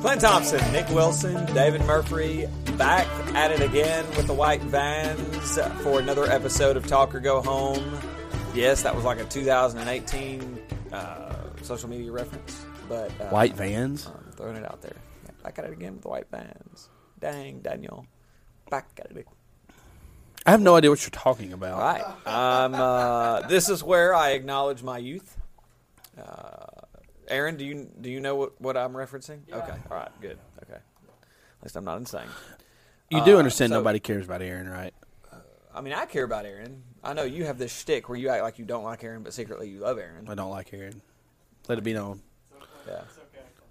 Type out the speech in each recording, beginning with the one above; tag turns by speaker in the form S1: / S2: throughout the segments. S1: Clint Thompson, Nick Wilson, David Murphy, back at it again with the White Vans for another episode of Talk or Go Home. Yes, that was like a 2018 uh, social media reference, but uh,
S2: White vans.
S1: I'm throwing it out there. Yeah, back at it again with the White Vans. Dang, Daniel, back at it. again.
S2: I have no idea what you're talking about.
S1: All right, I'm. Uh, this is where I acknowledge my youth. Uh, Aaron, do you do you know what, what I'm referencing? Okay, all right, good. Okay, at least I'm not insane.
S2: You do understand
S1: Uh, so-
S2: nobody cares about Aaron, right?
S1: I mean, I care about Aaron. I know you have this shtick where you act like you don't like Aaron, but secretly you love Aaron.
S2: I don't like Aaron. Let it be known.
S1: Yeah.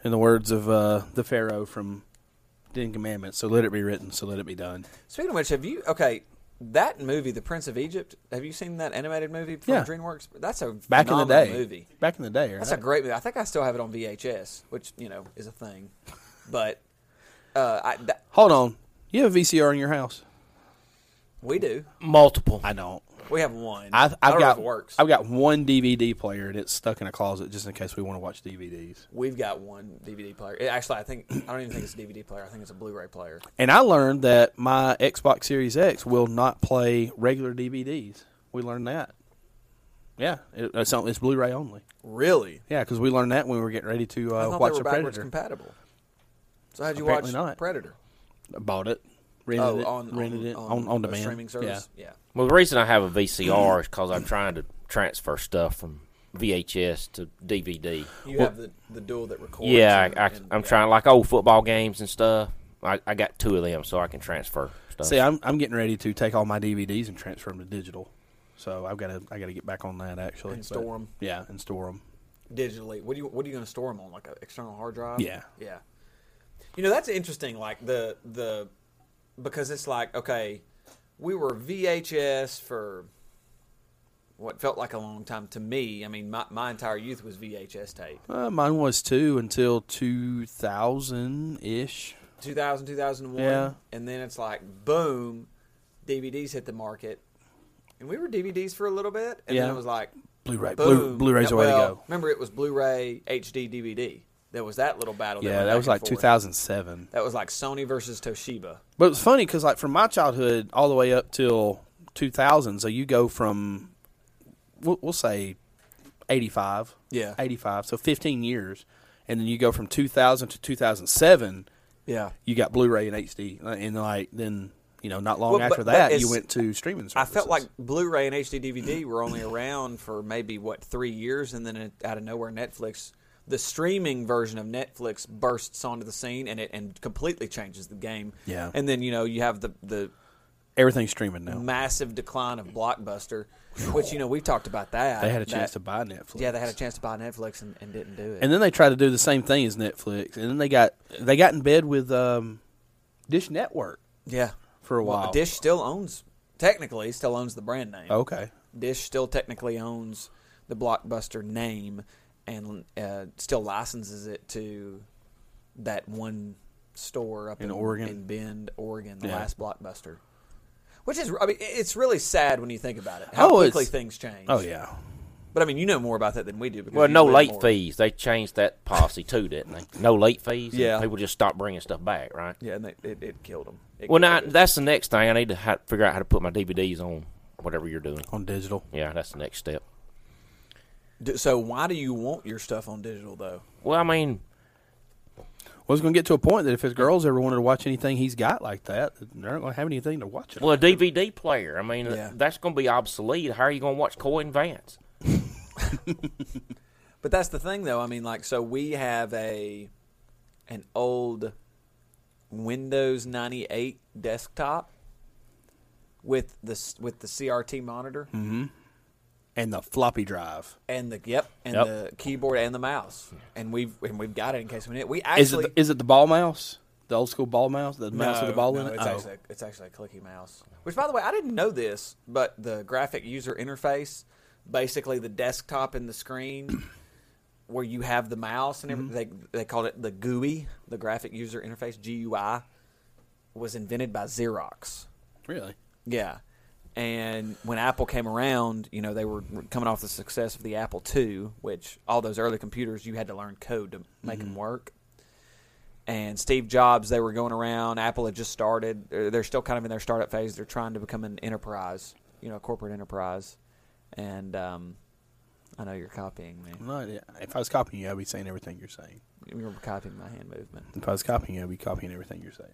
S2: In the words of uh, the Pharaoh from Ten Commandments, so let it be written, so let it be done.
S1: Speaking of which, have you okay? That movie, The Prince of Egypt. Have you seen that animated movie from
S2: Yeah.
S1: DreamWorks? That's a
S2: Back in
S1: phenomenal
S2: the day.
S1: movie.
S2: Back in the day, right?
S1: That's a great movie. I think I still have it on VHS, which you know is a thing. But uh, I, that,
S2: Hold on. You have a VCR in your house?
S1: we do.
S3: Multiple.
S2: I don't.
S1: We have one.
S2: I've,
S1: I
S2: I've
S1: don't know
S2: got
S1: if it works.
S2: I've got one DVD player and it's stuck in a closet just in case we want to watch DVDs.
S1: We've got one DVD player. It- actually, I think I don't even think it's a DVD player. I think it's a Blu-ray player.
S2: And I learned that my Xbox Series X will not play regular DVDs. We learned that. Yeah, it, it's, on- it's Blu-ray only.
S1: Really?
S2: Yeah, because we learned that when we were getting ready to
S1: I
S2: uh,
S1: thought
S2: watch
S1: they were
S2: the
S1: backwards
S2: Predator.
S1: compatible. So how'd you
S2: Apparently
S1: watch
S2: not.
S1: Predator?
S2: Bought it, rented
S1: oh,
S2: it,
S1: on
S2: rented
S1: on,
S2: it on, on
S1: a
S2: demand
S1: streaming service. Yeah.
S3: Well, the reason I have a VCR is because I'm trying to transfer stuff from VHS to DVD.
S1: You have the, the dual that records.
S3: Yeah,
S1: and-
S3: I, I,
S1: and-
S3: I'm
S1: yeah.
S3: trying like old football games and stuff. I, I got two of them, so I can transfer
S2: Yeah.
S3: stuff.
S2: See, I'm I'm getting ready to take all my DVDs and transfer them to digital. So I've got to I got to get back on that actually.
S1: And store 'em.
S2: Yeah, and store them.
S1: digitally. What do you what are you going to store them on? Like an external hard drive?
S2: Yeah.
S1: Yeah. You know that's interesting. Like the the because it's like okay, we were VHS for what felt like a long time to me. I mean, my my entire youth was VHS tape.
S2: Uh, mine was too until 2000 ish.
S1: 2000, 2001.
S2: Yeah.
S1: And then it's like, boom, DVDs hit the market. And we were DVDs for a little bit. And then
S2: Yeah.
S1: it was like,
S2: Blu-ray-
S1: boom.
S2: Blu- Blu-ray's the way to
S1: Well,
S2: go.
S1: Remember, it was Blu ray, HD, DVD. There was that little battle.
S2: Yeah,
S1: went
S2: that
S1: back
S2: was
S1: and
S2: like
S1: forth.
S2: 2007.
S1: That was like Sony versus Toshiba.
S2: But it's funny because like from my childhood all the way up till 2000, so you go from we'll, we'll say 85,
S1: Yeah.
S2: 85, so 15 years, and then you go from 2000 to 2007,
S1: Yeah.
S2: you got Blu-ray and HD, uh, and like then you know not long
S1: Well, but-
S2: after
S1: but
S2: that
S1: it's-
S2: you went to streaming.
S1: I
S2: Services.
S1: felt like Blu-ray and HD DVD were only around for maybe what three years, and then it, out of nowhere, Netflix, the streaming version of Netflix, bursts onto the scene, and it and completely changes the game.
S2: Yeah.
S1: And then you know you have the the
S2: everything's streaming now.
S1: massive decline of Blockbuster, which you know we talked about that.
S2: They had a chance
S1: that-
S2: to buy Netflix.
S1: Yeah, they had a chance to buy Netflix and, and didn't do it.
S2: and then they tried to do the same thing as Netflix, and then they got they got in bed with um, Dish Network.
S1: yeah,
S2: for a
S1: Well,
S2: while. Oh,
S1: Dish still owns technically still owns the brand name.
S2: Okay,
S1: Dish still technically owns the Blockbuster name and uh, still licenses it to that one store up in,
S2: In Oregon?
S1: in Bend, Oregon, the
S2: Yeah.
S1: last Blockbuster. Which is, I mean, it's really sad when you think about it. How
S2: Oh, it's-
S1: quickly things change.
S2: oh yeah,
S1: but I mean, you know more about that than we do. Because
S3: well,
S1: you
S3: no
S1: live
S3: late
S1: more.
S3: fees. They changed that policy too, didn't they? No late fees. and
S1: Yeah.
S3: People just stopped bringing stuff back, right?
S1: Yeah, and they, it, it killed them.
S3: Well, now that's the next thing. I need to ha- figure out how to put my DVDs on whatever you're doing.
S2: on digital.
S3: Yeah, that's the next step.
S1: so why do you want your stuff on digital though?
S3: Well, I mean,
S2: Well, it's going to get to a point that if his girls ever wanted to watch anything he's got like that, they're not going to have anything to watch it.
S3: well, a DVD player. I mean,
S1: Yeah.
S3: that's going to be obsolete. How are you going to watch Coy and Vance?
S1: But that's the thing, though. I mean, like, so we have a an old Windows ninety eight desktop with the s- with the CRT monitor, mm-hmm.
S2: and the floppy drive.
S1: and the yep, and
S3: Yep.
S1: the keyboard and the mouse, and we've and we've got it in case we need. it. We
S2: Is
S1: actually
S2: it the, is it the ball mouse? The old school ball mouse, the
S1: no,
S2: mouse with the ball
S1: no,
S2: in it.
S1: It's,
S2: Oh.
S1: actually, it's actually a clicky mouse. Which, by the way, I didn't know this, but the graphic user interface, basically the desktop and the screen. Where you have the mouse and
S2: Mm-hmm.
S1: everything, they, they called it the GUI, the graphic user interface (GUI), was invented by Xerox.
S2: really?
S1: Yeah. And when Apple came around, you know, they were coming off the success of the Apple II, which all those early computers, you had to learn code to make
S3: Mm-hmm.
S1: them work. And Steve Jobs, they were going around. Apple had just started. They're they're still kind of in their startup phase. They're trying to become an enterprise, you know, a corporate enterprise. And um, I know you're copying me.
S2: No, yeah. if I was copying you, I'd be saying everything you're saying.
S1: You're copying my hand movement.
S2: If I was copying you, I'd be copying everything you're saying.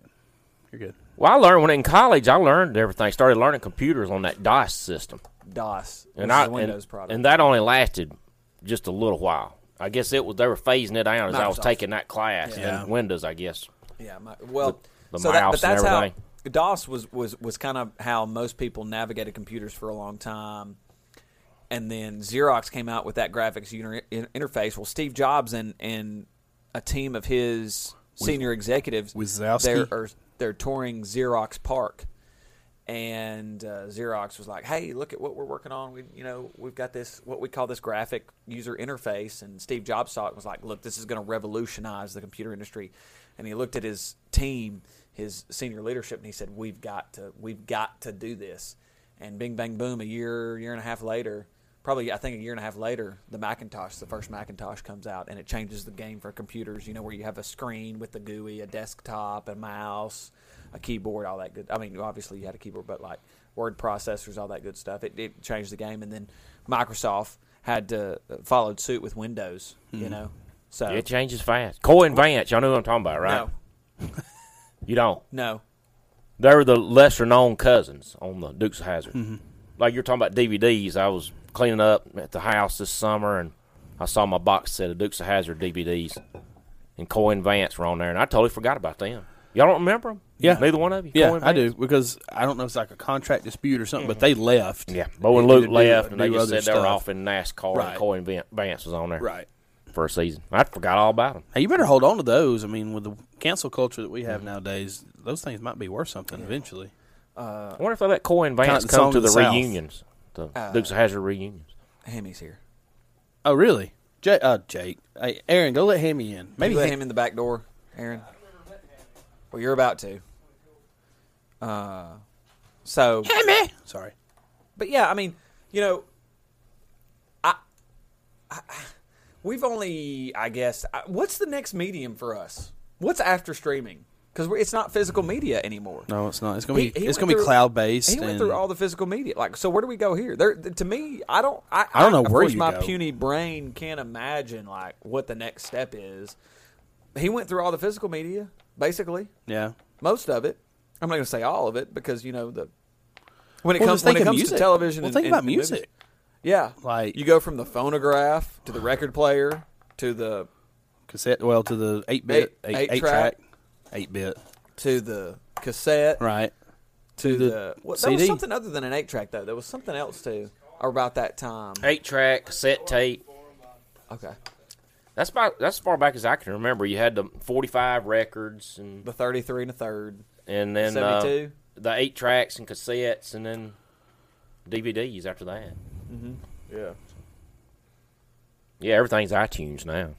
S2: You're good.
S3: Well, I learned when in college, I learned everything. Started learning computers on that DOS system,
S1: DOS, which
S3: and
S1: is
S3: I
S1: a Windows
S3: and,
S1: product.
S3: and that only lasted just a little while. I guess it was they were phasing it out as I was
S1: Microsoft.
S3: taking that class.
S2: Yeah.
S3: And Windows, I guess.
S1: Yeah, my, well,
S3: the
S1: so that, but
S3: mouse and
S1: that's how
S3: everything.
S1: DOS was was was kind of how most people navigated computers for a long time. And then Xerox came out with that graphics user in- interface. Well, Steve Jobs and and a team of his senior executives
S2: Wazowski?
S1: they're are, they're touring Xerox Park. And uh, Xerox was like, "Hey, look at what we're working on. We, you know, we've got this what we call this graphic user interface." And Steve Jobs saw it and was like, "Look, this is going to revolutionize the computer industry." And he looked at his team, his senior leadership, and he said, "We've got to, we've got to do this." And Bing Bang Boom, a year, year and a half later, probably I think a year and a half later, the Macintosh, the first Macintosh comes out and it changes the game for computers, you know, where you have a screen with the GUI, a desktop, a mouse, a keyboard, all that good I mean, obviously you had a keyboard, but like word processors, all that good stuff. It, it changed the game and then Microsoft had to uh, followed suit with Windows, you know. So
S3: It changes fast. Coy and Vance, y'all know what I'm talking about, right?
S1: no.
S3: You don't.
S1: No.
S3: They were the lesser known cousins on the Dukes of Hazard.
S2: Mm-hmm.
S3: Like you're talking about DVDs, I was cleaning up at the house this summer and I saw my box set of Dukes of Hazard DVDs, and Coy and Vance were on there, and I totally forgot about them. Y'all don't remember them?
S2: Yeah.
S3: neither one of you. Coy
S2: Yeah,
S3: and
S2: I
S3: Vance?
S2: do because I don't know if it's like a contract dispute or something, but they left.
S3: Mm-hmm. Yeah, Bo and
S2: to
S3: Luke
S2: do-
S3: left, and they
S2: do
S3: just
S2: other
S3: said they
S2: stuff.
S3: were off in NASCAR,
S2: Right.
S3: and Coy and Van- Vance was on there
S2: Right.
S3: for a season. I forgot all about them.
S2: Hey, you better hold on to those. I mean, with the cancel culture that we
S3: Mm-hmm.
S2: have nowadays, those things might be worth something eventually. Uh,
S3: I wonder if they let Coy and Vance
S2: Kinda
S3: come
S2: Song
S3: to
S2: of the
S3: the,
S2: South.
S3: reunions, the Dukes of Hazard reunions.
S1: Hammy's here.
S2: Oh, really? Jake, uh, Jake. Hey, Aaron, go let Hammy in.
S1: Maybe
S2: Maybe
S1: let
S2: he-
S1: him in the back door, Aaron. Well, you're about to. Uh, so
S2: Sorry.
S1: but yeah, I mean, you know, I, I we've only, I guess, I, what's the next medium for us? What's after streaming? Because it's not physical media anymore.
S2: No, it's not. It's gonna be.
S1: He- he
S2: it's
S1: went
S2: gonna be
S1: through-
S2: cloud based.
S1: He went through all the physical media. Like, so where do we go here? There, to me, I don't. I,
S2: I don't know
S1: of
S2: where
S1: course
S2: you
S1: my
S2: go.
S1: puny brain can't imagine like what the next step is. He went through all the physical media, basically
S2: Yeah.
S1: most of it. I'm not going to say all of it because you know the when it
S2: Well,
S1: comes
S2: just
S1: when
S2: think
S1: it
S2: of
S1: comes
S2: music.
S1: to television.
S2: Well,
S1: and-
S2: think
S1: and-
S2: about
S1: and movies.
S2: music.
S1: Yeah,
S2: Like-
S1: you go from the phonograph to the record player to the
S2: Cassette. Well, to the eight bit,
S1: Eight-
S2: eight,
S1: eight
S2: eight
S1: track.
S2: track, eight bit.
S1: to the cassette
S2: Right.
S1: to
S2: the
S1: what, There was
S2: CD.
S1: something other than an eight track though. There was something else too about that time.
S3: Eight track, cassette tape.
S1: Okay,
S3: That's about that's as far back as I can remember. You had the forty five records and
S1: the thirty three and a third.
S3: and then uh,
S1: 72?
S3: the eight tracks and cassettes and then DVDs after that.
S2: Mm-hmm.
S1: Yeah,
S3: Yeah, everything's iTunes now.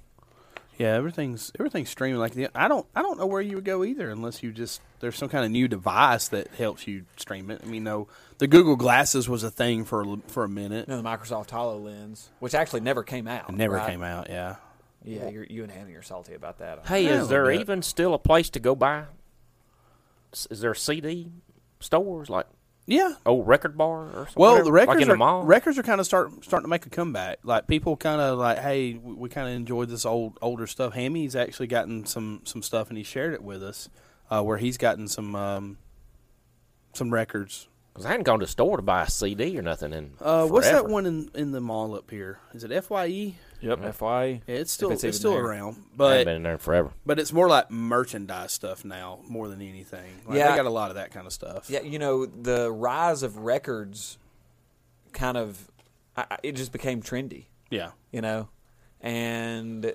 S2: Yeah. Everything's everything's streaming. Like the, I don't I don't know where you would go either unless you just there's some kind of new device that helps you stream it. I mean, no, the Google Glasses was a thing for a l- for a minute.
S1: you know, the Microsoft Hololens, which actually never came out.
S2: It never
S1: right?
S2: came out. Yeah.
S1: Yeah, you're, you and Hammy are salty about that.
S3: Hey,
S2: Oh, Yeah, a
S3: is there
S2: little bit.
S3: even still a place to go buy? s- Is there CD stores like
S2: Yeah.
S3: old record bar or something?
S2: Well, the records
S3: like in
S2: are
S3: the mall.
S2: records are kind of start starting to make a comeback. Like people kind of like, hey, we, we kind of enjoyed this old older stuff. Hammy's actually gotten some some stuff and he shared it with us, uh, where he's gotten some um, some records.
S3: 'Cause I hadn't gone to the store to buy a CD or nothing. And
S2: Uh, what's that one in, in the mall up here? Is it Fye?
S1: Yep, Fy.
S2: Yeah, it's still
S1: it's
S2: it's,
S1: even
S2: still
S1: there.
S2: around,
S3: I've
S2: but
S3: been in there forever.
S2: but it's more like merchandise stuff now more than anything. Like,
S1: Yeah.
S2: they got a lot of that kind of stuff.
S1: Yeah, you know, the rise of records kind of I, I- it just became trendy,
S2: Yeah.
S1: you know, and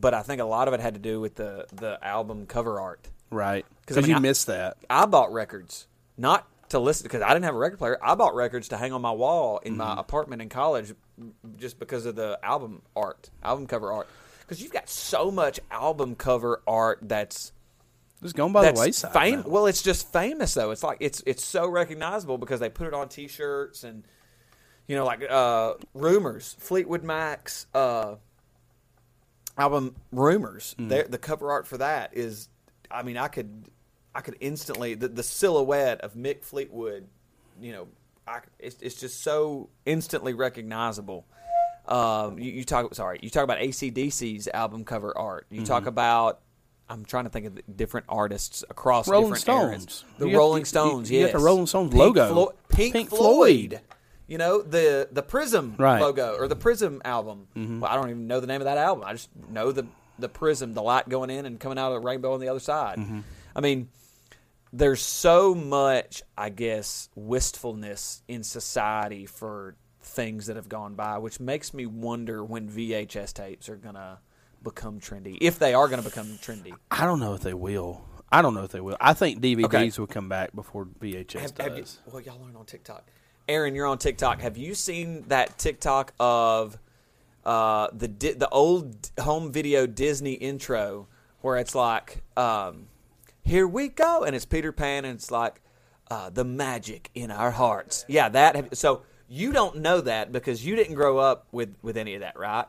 S1: but I think a lot of it had to do with the the album cover art.
S2: Right.
S1: 'Cause, I
S2: Because
S1: mean,
S2: you
S1: I-
S2: missed that.
S1: I bought records not to listen because I didn't have a record player. I bought records to hang on my wall in my apartment in college mm, just because of the album art, album cover art. Because you've got so much album cover art that's
S2: It's gone by the
S1: that's
S2: wayside.
S1: fam-
S2: now.
S1: Well, it's just famous though. It's like it's it's so recognizable because they put it on T-shirts and you know like uh, rumors, Fleetwood Mac's uh, album Rumors.
S2: Mm.
S1: There, the cover art for that is, I mean, I could I could instantly the, the silhouette of Mick Fleetwood. You know, I, it's it's just so instantly recognizable. Um, you, you talk sorry, you talk about ACDC's album cover art. You
S2: Mm-hmm.
S1: talk about I'm trying to think of the different artists across
S2: Rolling
S1: different eras.
S2: Stones.
S1: The
S2: You got-
S1: Rolling
S2: you-
S1: Stones,
S2: you
S1: yes.
S2: got the Rolling Stones
S1: Pink
S2: logo.
S1: Flo- Pink,
S2: Pink
S1: Floyd.
S2: Floyd.
S1: You know the the Prism
S2: Right.
S1: logo or the Prism album. Well, I don't even know the name of that album. I just know the the Prism, the light going in and coming out of the rainbow on the other side. I mean, there's so much, I guess, wistfulness in society for things that have gone by, which makes me wonder when VHS tapes are gonna become trendy, if they are gonna become trendy.
S2: I don't know if they will. I don't know if they will. I think DVDs
S1: Okay.
S2: will come back before VHS
S1: Have-
S2: does.
S1: have you- well, y'all aren't on TikTok. Aaron, you're on TikTok. Have you seen that TikTok of uh, the di- the old home video Disney intro where it's like, um, "Here we go," and it's Peter Pan, and it's like, uh, "The magic in our hearts." Yeah, that. Have, so you don't know that because you didn't grow up with with any of that, right?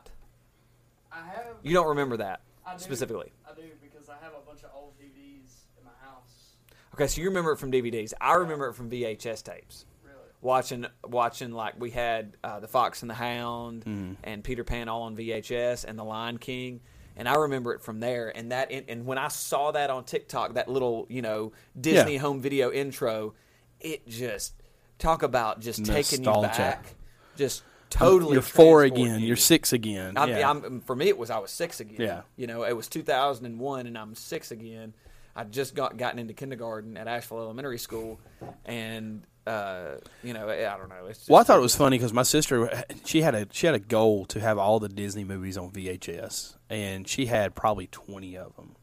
S4: I have.
S1: You don't remember that
S4: I do,
S1: specifically.
S4: I do because I have a bunch of old DVDs in my house.
S1: Okay, so you remember it from DVDs. I remember it from VHS tapes.
S4: Really.
S1: watching watching like we had uh, the Fox and the Hound
S2: Mm-hmm.
S1: and Peter Pan all on VHS and the Lion King. And I remember it from there, and that, and, and when I saw that on TikTok, that little you know Disney
S2: Yeah.
S1: home video intro, it just talk about just taking you
S2: Nostalgia.
S1: back, just totally.
S2: You're four
S1: transport
S2: again.
S1: you.
S2: You're six again.
S1: I'm,
S2: yeah.
S1: I'm, for me, it was I was six again.
S2: Yeah.
S1: You know, it was 2001, and I'm six again. I just got gotten into kindergarten at Asheville Elementary School, and uh, you know, I I don't know. It's just,
S2: Well, I thought it was funny because my sister she had a she had a goal to have all the Disney movies on VHS, and she had probably twenty of them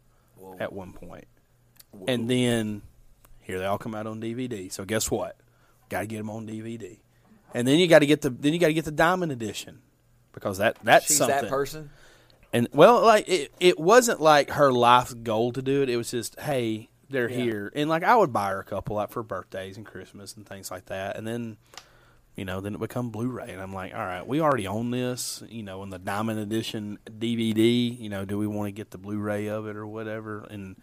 S2: at one point. And then here they all come out on DVD. So guess what? Got to get them on DVD, and then you got to get the then you got to get the diamond edition because that that's
S1: she's
S2: something.
S1: that person.
S2: And well, like it, it wasn't like her life's goal to do it. It was just, hey, they're here, and like I would buy her a couple like for birthdays and Christmas and things like that. And then, you know, then it become Blu-ray, and I'm like, all right, we already own this, you know, in the Diamond Edition DVD. You know, do we want to get the Blu-ray of it or whatever? And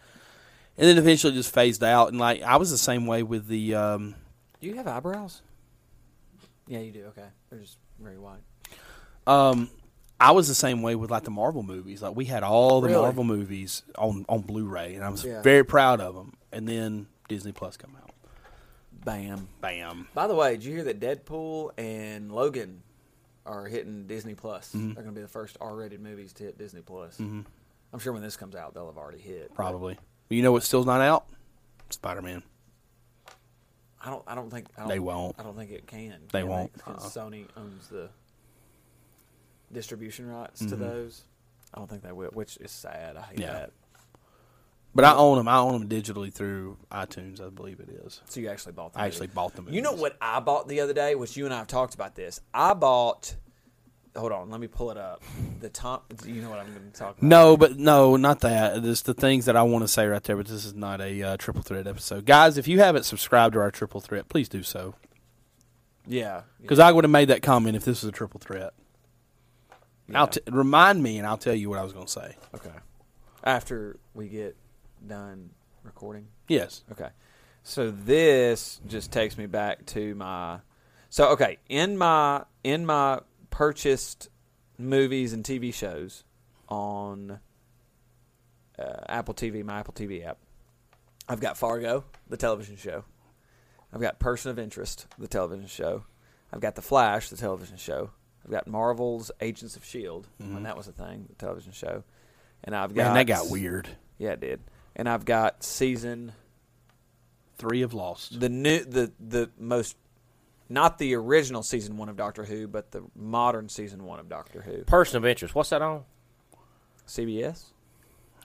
S2: and then eventually just phased out. And like I was the same way with the. um
S1: Do you have eyebrows? Yeah, you do. Okay, they're just very white.
S2: Um, I was the same way with like the Marvel movies. Like we had all the
S1: Really?
S2: Marvel movies on on Blu-ray, and I was
S1: Yeah.
S2: very proud of them. And then Disney Plus come out.
S1: Bam.
S2: Bam.
S1: By the way, did you hear that Deadpool and Logan are hitting Disney Plus?
S2: Mm-hmm.
S1: They're going to be the first R-rated movies to hit Disney Plus. I'm sure when this comes out, they'll have already hit.
S2: Probably. You know what's still not out? Spider-Man.
S1: I don't. I don't think I don't,
S2: They won't.
S1: I don't think it can.
S2: They
S1: can
S2: won't.
S1: because
S2: Uh-uh.
S1: Sony owns the distribution rights to those. I don't think they will, which is sad. I hate
S2: Mm-hmm. Yeah.
S1: that.
S2: But I own them. I own them digitally through iTunes. I believe it is.
S1: So you actually bought. The
S2: I
S1: movie.
S2: actually bought them.
S1: You know what I bought the other day? Which you and I have talked about this. I bought. Hold on, let me pull it up. The Tom. do You know what I'm going to talk about?
S2: No, but no, not that. This the things that I want to say right there. But this is not a uh, triple threat episode, guys. If you haven't subscribed to our triple threat, please do so.
S1: Yeah.
S2: Because I would have made that comment if this was a triple threat. I'll t- remind me, and I'll tell you what I was going to say.
S1: Okay. After we get done recording.
S2: Yes,
S1: Okay. So this just takes me back to my So okay, in my in my purchased movies and TV shows on uh, Apple TV, my Apple TV app. I've got Fargo, the television show. I've got Person of Interest, the television show. I've got The Flash, the television show. I've got Marvel's Agents of Shield, E when that was a thing, the television show. And I've got
S2: Mm-hmm. man, that got weird.
S1: Yeah, it did. And I've got season
S2: Three have lost.
S1: the new the the most not the original season one of Doctor Who, but the modern season one of Doctor Who.
S3: Person of interest. What's that on?
S1: CBS?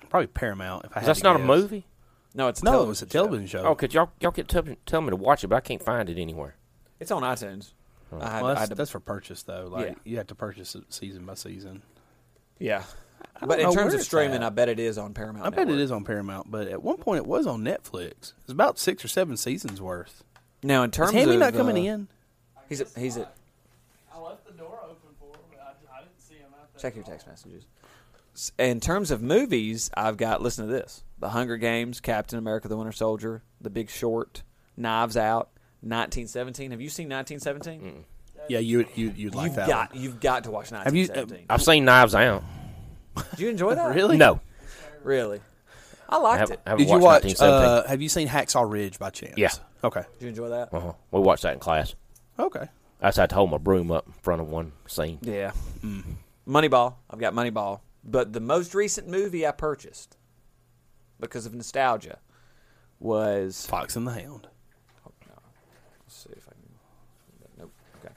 S2: Probably Paramount. If I had
S3: That's
S2: to
S3: not a
S2: guess.
S3: movie.
S1: No, it's a
S2: No,
S1: television
S2: it was a
S1: show.
S2: television show.
S3: Oh, could y'all y'all keep tell, tell me to watch it, but I can't find it anywhere.
S1: It's on iTunes. I had,
S2: Oh. Well,
S1: I
S2: that's,
S1: had to-
S2: that's for purchase though. Like
S1: Yeah.
S2: you have to purchase it season by season.
S1: yeah. But
S2: know
S1: in terms
S2: where
S1: of
S2: it's
S1: streaming,
S2: at.
S1: I bet it is on Paramount.
S2: I bet it
S1: Network.
S2: is on Paramount, but at one point it was on Netflix. It's about six or seven seasons worth.
S1: Now, in terms
S2: Is Hammy
S1: of
S2: not coming
S1: uh,
S2: in?
S1: he's a, he's a,
S4: I left the door open for him, but I, I didn't see him out there.
S1: Check your text messages. S- In terms of movies, I've got listen to this: The Hunger Games, Captain America: The Winter Soldier, The Big Short, Knives Out, 1917. Have you seen 1917?
S2: Yeah, you would- you you'd like
S1: You've
S2: that.
S1: got
S2: one.
S1: you've got to watch
S2: you- uh,
S1: 1917.
S3: I've seen Knives Out.
S1: Did you enjoy that?
S2: Really?
S3: No,
S1: Really? I
S3: I
S1: liked
S3: haven't,
S1: it.
S3: I haven't
S2: Did you watch?
S3: watched 1917.
S2: Uh, have you seen Hacksaw Ridge by chance?
S3: Yeah.
S2: Okay.
S1: Did you enjoy that?
S3: uh-huh. We watched that in class.
S2: Okay.
S3: I just had to hold my broom up in front of one scene.
S1: Yeah.
S2: Mm.
S1: Moneyball. I've got Moneyball. But the most recent movie I purchased because of nostalgia was
S2: Fox and the Hound.
S1: Let's see if I can. Nope. Okay.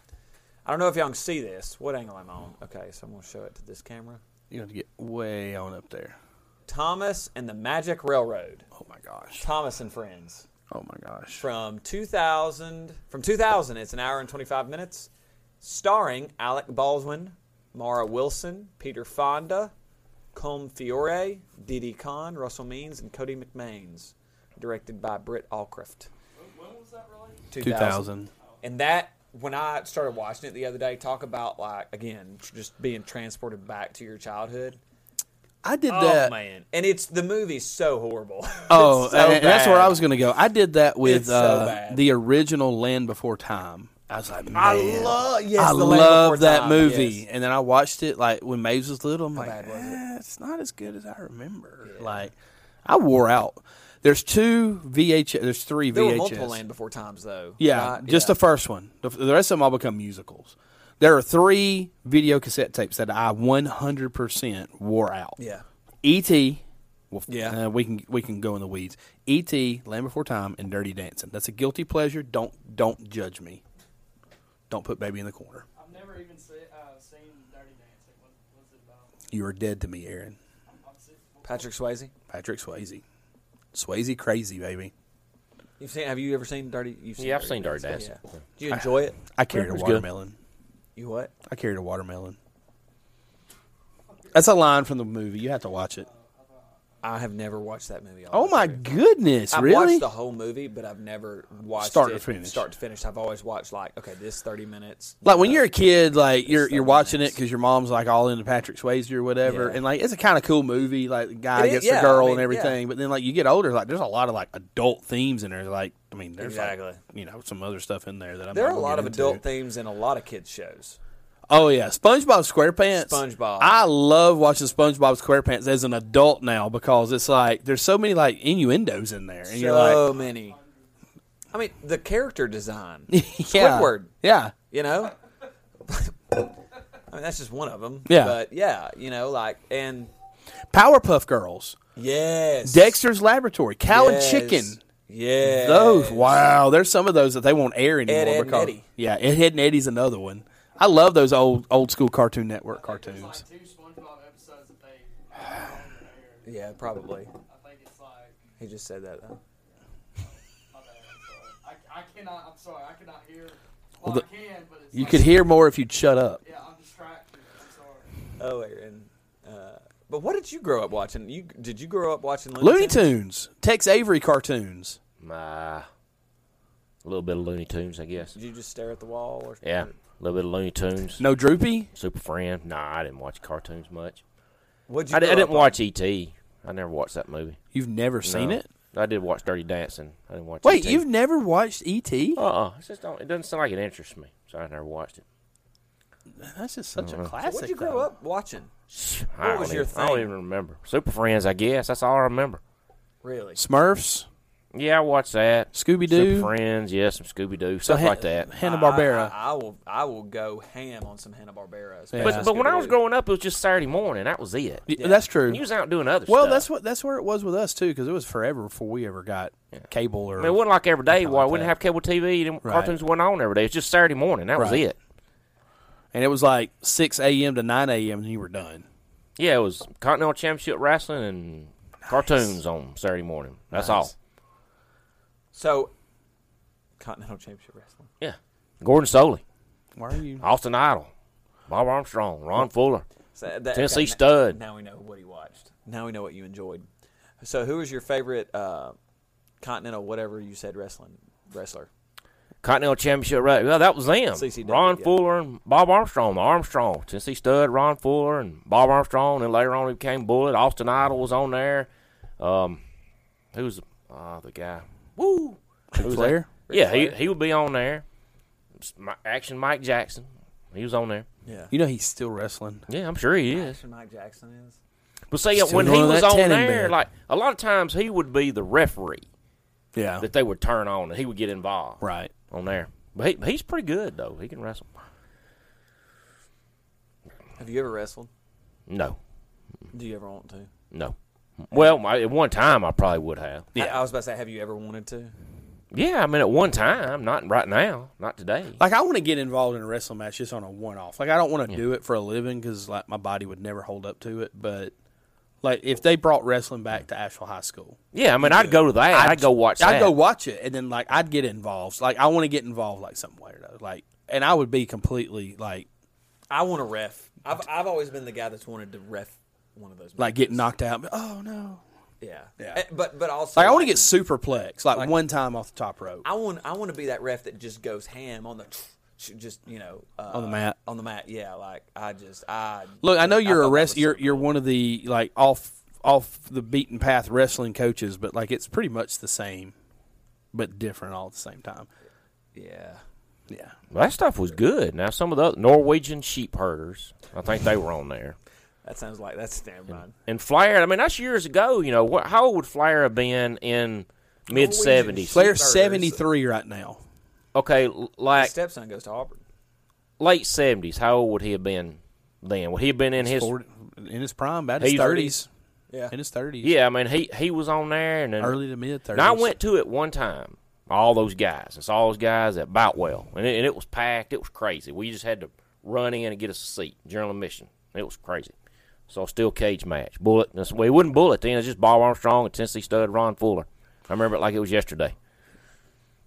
S1: I don't know if y'all can see this. What angle am I on? Okay, so I'm going to show it to this camera.
S2: You have to get way on up there.
S1: Thomas and the Magic Railroad.
S2: Oh my gosh.
S1: Thomas and Friends.
S2: Oh my gosh.
S1: From 2000. From 2000, it's an hour and 25 minutes. Starring Alec Baldwin, Mara Wilson, Peter Fonda, Combe Fiore, Didi Khan, Russell Means, and Cody McMains. Directed by Britt Allcroft.
S4: When was that released?
S2: 2000.
S1: And that when I started watching it the other day, talk about like again, tr- just being transported back to your childhood.
S2: I did
S1: Oh
S2: that.
S1: man. And it's the movie's so horrible.
S2: Oh,
S1: It's so
S2: and, and that's where
S1: bad.
S2: I was going to go. I did that with
S1: It's so
S2: uh,
S1: bad.
S2: the original Land Before Time. I was like, man,
S1: I love yes,
S2: I
S1: The Land
S2: love
S1: Before
S2: that
S1: Time,
S2: movie.
S1: yes.
S2: And then I watched it like when Maze was little. I'm like,
S1: bad was it?
S2: "Eh, it's not as good as I remember. Like, I wore out. There's two VHS. There's three
S1: There
S2: VHS.
S1: were multiple Land Before Times though.
S2: Yeah,
S1: right?
S2: just
S1: Yeah.
S2: the first one. The, the rest of them all become musicals. There are three video cassette tapes that I 100% wore out.
S1: Yeah.
S2: E.T. E Well,
S1: Yeah.
S2: yeah, we can we can go in the weeds. E.T. Land Before Time and Dirty Dancing. That's a guilty pleasure. Don't don't judge me. Don't put baby in the corner.
S4: I've never even see, uh, seen Dirty Dancing. What, what's it about?
S2: You are dead to me, Aaron.
S4: I've seen-
S1: Patrick Swayze.
S2: Patrick Swayze. Swayze crazy baby.
S1: You've seen have you ever seen Dirty you've seen
S3: Yeah, I've seen Dirty
S1: Dancing,
S3: Dancing.
S1: yeah. Do you enjoy it?
S2: I carried
S3: It
S2: a
S3: was good.
S2: watermelon.
S1: You what?
S2: I carried a watermelon. That's a line from the movie. You have to watch it.
S1: I have never watched that movie. all
S2: Oh
S1: the way
S2: my
S1: through.
S2: goodness!
S1: I've
S2: really?
S1: watched the whole movie, but I've never watched
S2: Start
S1: it
S2: to finish.
S1: Start to finish. I've always watched like okay, this thirty minutes.
S2: like when
S1: uh,
S2: you're a kid, like you're
S1: It's
S2: you're
S1: so
S2: watching it
S1: nice.
S2: because your mom's like all into Patrick Swayze or whatever,
S1: Yeah.
S2: and like it's a kind of cool movie, like the guy
S1: It is,
S2: gets
S1: yeah, I
S2: the girl
S1: mean,
S2: and everything. But then like you get older, like there's a lot of like adult themes in there. Like I mean, there's like,
S1: Exactly.
S2: you know some other stuff in there that I'm
S1: There are
S2: not
S1: a
S2: gonna
S1: lot
S2: get
S1: of
S2: into.
S1: adult themes in a lot of kids shows.
S2: Oh yeah, SpongeBob SquarePants.
S1: SpongeBob.
S2: I love watching SpongeBob SquarePants as an adult now because it's like there's so many like innuendos in there, and you're
S1: so
S2: like,
S1: many. I mean, the character design,
S2: yeah,
S1: Squidward.
S2: yeah.
S1: You know, I mean that's just one of them.
S2: Yeah.
S1: but yeah, you know, like and
S2: Powerpuff Girls,
S1: yes,
S2: Dexter's Laboratory, Cow
S1: Yes.
S2: and Chicken.
S1: yeah,
S2: Those wow, there's some of those that they won't air anymore.
S1: Ed, Ed, and
S2: because,
S1: Eddie.
S2: Yeah, Ed, Ed and Eddie's another one. I love those old old school Cartoon Network
S4: There's
S2: cartoons.
S4: like two SpongeBob episodes that they have on there.
S1: Yeah, probably.
S4: I think it's like.
S1: He just said that. Though.
S4: My bad, I'm sorry. I, I cannot. I'm sorry. I cannot hear.
S2: Well,
S4: Well,
S2: the-
S4: I can, but it's
S2: You
S4: like,
S2: could hear more if you'd shut up.
S4: Yeah, I'm distracted. I'm sorry.
S1: Oh, and uh, but what did you grow up watching? You did you grow up watching Looney,
S2: Looney
S1: Tunes?
S2: Tunes, Tex Avery cartoons.
S3: My, a little bit of Looney Tunes, I guess.
S1: Did you just stare at the wall? Or
S3: Yeah, a little bit of Looney Tunes.
S2: No Droopy.
S3: Super Friend. Nah, I didn't watch cartoons much.
S1: What'd you
S3: I, di- I
S1: grow
S3: didn't
S1: up
S3: watch E.T. I never watched that movie.
S2: You've never seen
S3: No.
S2: it.
S3: I did watch Dirty Dancing. I didn't watch. E
S2: Wait,
S3: E.T..
S2: you've never watched E ET?
S1: Oh.
S3: Uh uh It just don't. It doesn't sound like it interests me, so I never watched it.
S2: That's just such
S3: Uh-huh.
S2: a
S1: on?
S2: classic.
S1: What'd you grow
S2: though.
S1: up watching?
S3: I
S1: What
S3: don't
S1: was
S3: even,
S1: your
S3: I don't
S1: thing?
S3: even remember. Super Friends, I guess. That's all I remember.
S1: Really?
S2: Smurfs.
S3: Yeah, I watched that.
S2: Scooby
S3: Super
S2: Doo.
S3: Friends, yeah, some Scooby Doo,
S2: So
S3: stuff like that.
S2: Hanna Barbera.
S1: I, I will. I will go ham on some Hanna Barbera.
S2: Yeah.
S3: But but when I was growing up, it was just Saturday morning. That was it.
S2: That's true.
S3: You was out doing other
S2: Well,
S3: stuff.
S2: that's what that's where it was with us too, because it was forever before we ever got cable or.
S3: I mean, it wasn't like every day. Why we
S2: that.
S3: didn't have cable TV? Them
S2: Right.
S3: Cartoons went on every day. It's just Saturday morning. That was
S2: Right.
S3: it.
S2: and it was like six a.m. to nine a.m. and you were done.
S3: Yeah, it was Continental Championship Wrestling and cartoons on Saturday morning. That's all.
S1: So, Continental Championship Wrestling.
S3: Yeah, Gordon Soley,
S2: Why are you?
S3: Austin Idol, Bob Armstrong, Ron Fuller.
S1: So that-
S3: Tennessee
S1: okay, na-
S3: stud.
S1: Now we know what he watched. Now we know what you enjoyed. So, who is your favorite uh, Continental, whatever you said, wrestling wrestler?
S3: Continental Championship Wrestling. Well, that was them.
S1: CCW,
S3: Ron
S1: yeah.
S3: Fuller and Bob Armstrong. Armstrong, Tennessee Stud, Ron Fuller, and Bob Armstrong. And later on, he became Bullet. Austin Idol was on there. Um, who was uh, the guy? Woo! Who was that?
S2: Flair?
S3: Yeah, he, he would be on there. S- Mi- Action Mike Jackson. He was on there.
S1: Yeah.
S2: You know he's still wrestling.
S3: Yeah, I'm sure he is.
S1: Action Mike Jackson is.
S3: But see,
S2: Still
S3: when he
S2: doing
S3: was
S2: that
S3: on
S2: tanning
S3: there,
S2: bed.
S3: like a lot of times he would be the referee
S2: Yeah.
S3: that they would turn on, and he would get involved
S2: Right.
S3: on there. But he, he's pretty good though. He can wrestle.
S1: Have you ever wrestled?
S3: No,
S1: Do you ever want to?
S3: no. Well, I, at one time I probably would have.
S1: Yeah. I, I was about to say, have you ever wanted to?
S3: Yeah, I mean at one time, not right now, not today.
S2: Like I want to get involved in a wrestling match just on a one-off. Like I don't want to do it for a living because like my body would never hold up to it. But like if they brought wrestling back to Asheville High School,
S3: Yeah, I mean I'd go to that. I'd, go watch.
S2: I'd
S3: that.
S2: go watch it, and then like I'd get involved. Like I want to get involved like some way or another. Like and I would be completely like
S1: I want to ref. I've I've always been the guy that's wanted to ref one of those.
S2: like get knocked out. Oh no!
S1: yeah,
S2: Yeah.
S1: Eh, But but also,
S2: Like I want to get superplex like, one time off the top rope.
S1: I want I want to be that ref that just goes ham on the, just you know, uh,
S2: On the mat.
S1: on the mat. Yeah, like I just I
S2: Look, I know
S1: thought
S2: you're a
S1: that
S2: rest.
S1: was
S2: You're
S1: something.
S2: you're one of the like off off the beaten path wrestling coaches, but like it's pretty much the same, but different all at the same time.
S1: yeah.
S2: Yeah.
S3: Well, that stuff was good. Now some of the Norwegian sheep herders, I think they were on there.
S1: That sounds like that's damn right.
S3: And Flair, I mean that's years ago. You know what? How old would Flair have been in mid seventies?
S1: sheep-
S2: Flair's
S1: Two-thirds.
S2: seventy three right now.
S3: Okay, l-
S1: My
S3: like
S1: stepson goes to Auburn.
S3: late seventies. How old would he have been then? Would he have been in his?
S2: 40 in his prime, about his
S3: He's-
S2: thirties.
S1: Yeah,
S2: In his thirties.
S3: Yeah, I mean he he was on there and then
S2: Early to mid thirties.
S3: And I went to it one time. All those guys. It's all those guys at Boutwell, and it, and it was packed. It was crazy. We just had to run in and get us a seat. General admission. It was crazy. So still cage match. Bullet. That's, well, it wasn't bullet then. It was just Bob Armstrong and Tennessee Stud Ron Fuller. I remember it like it was yesterday.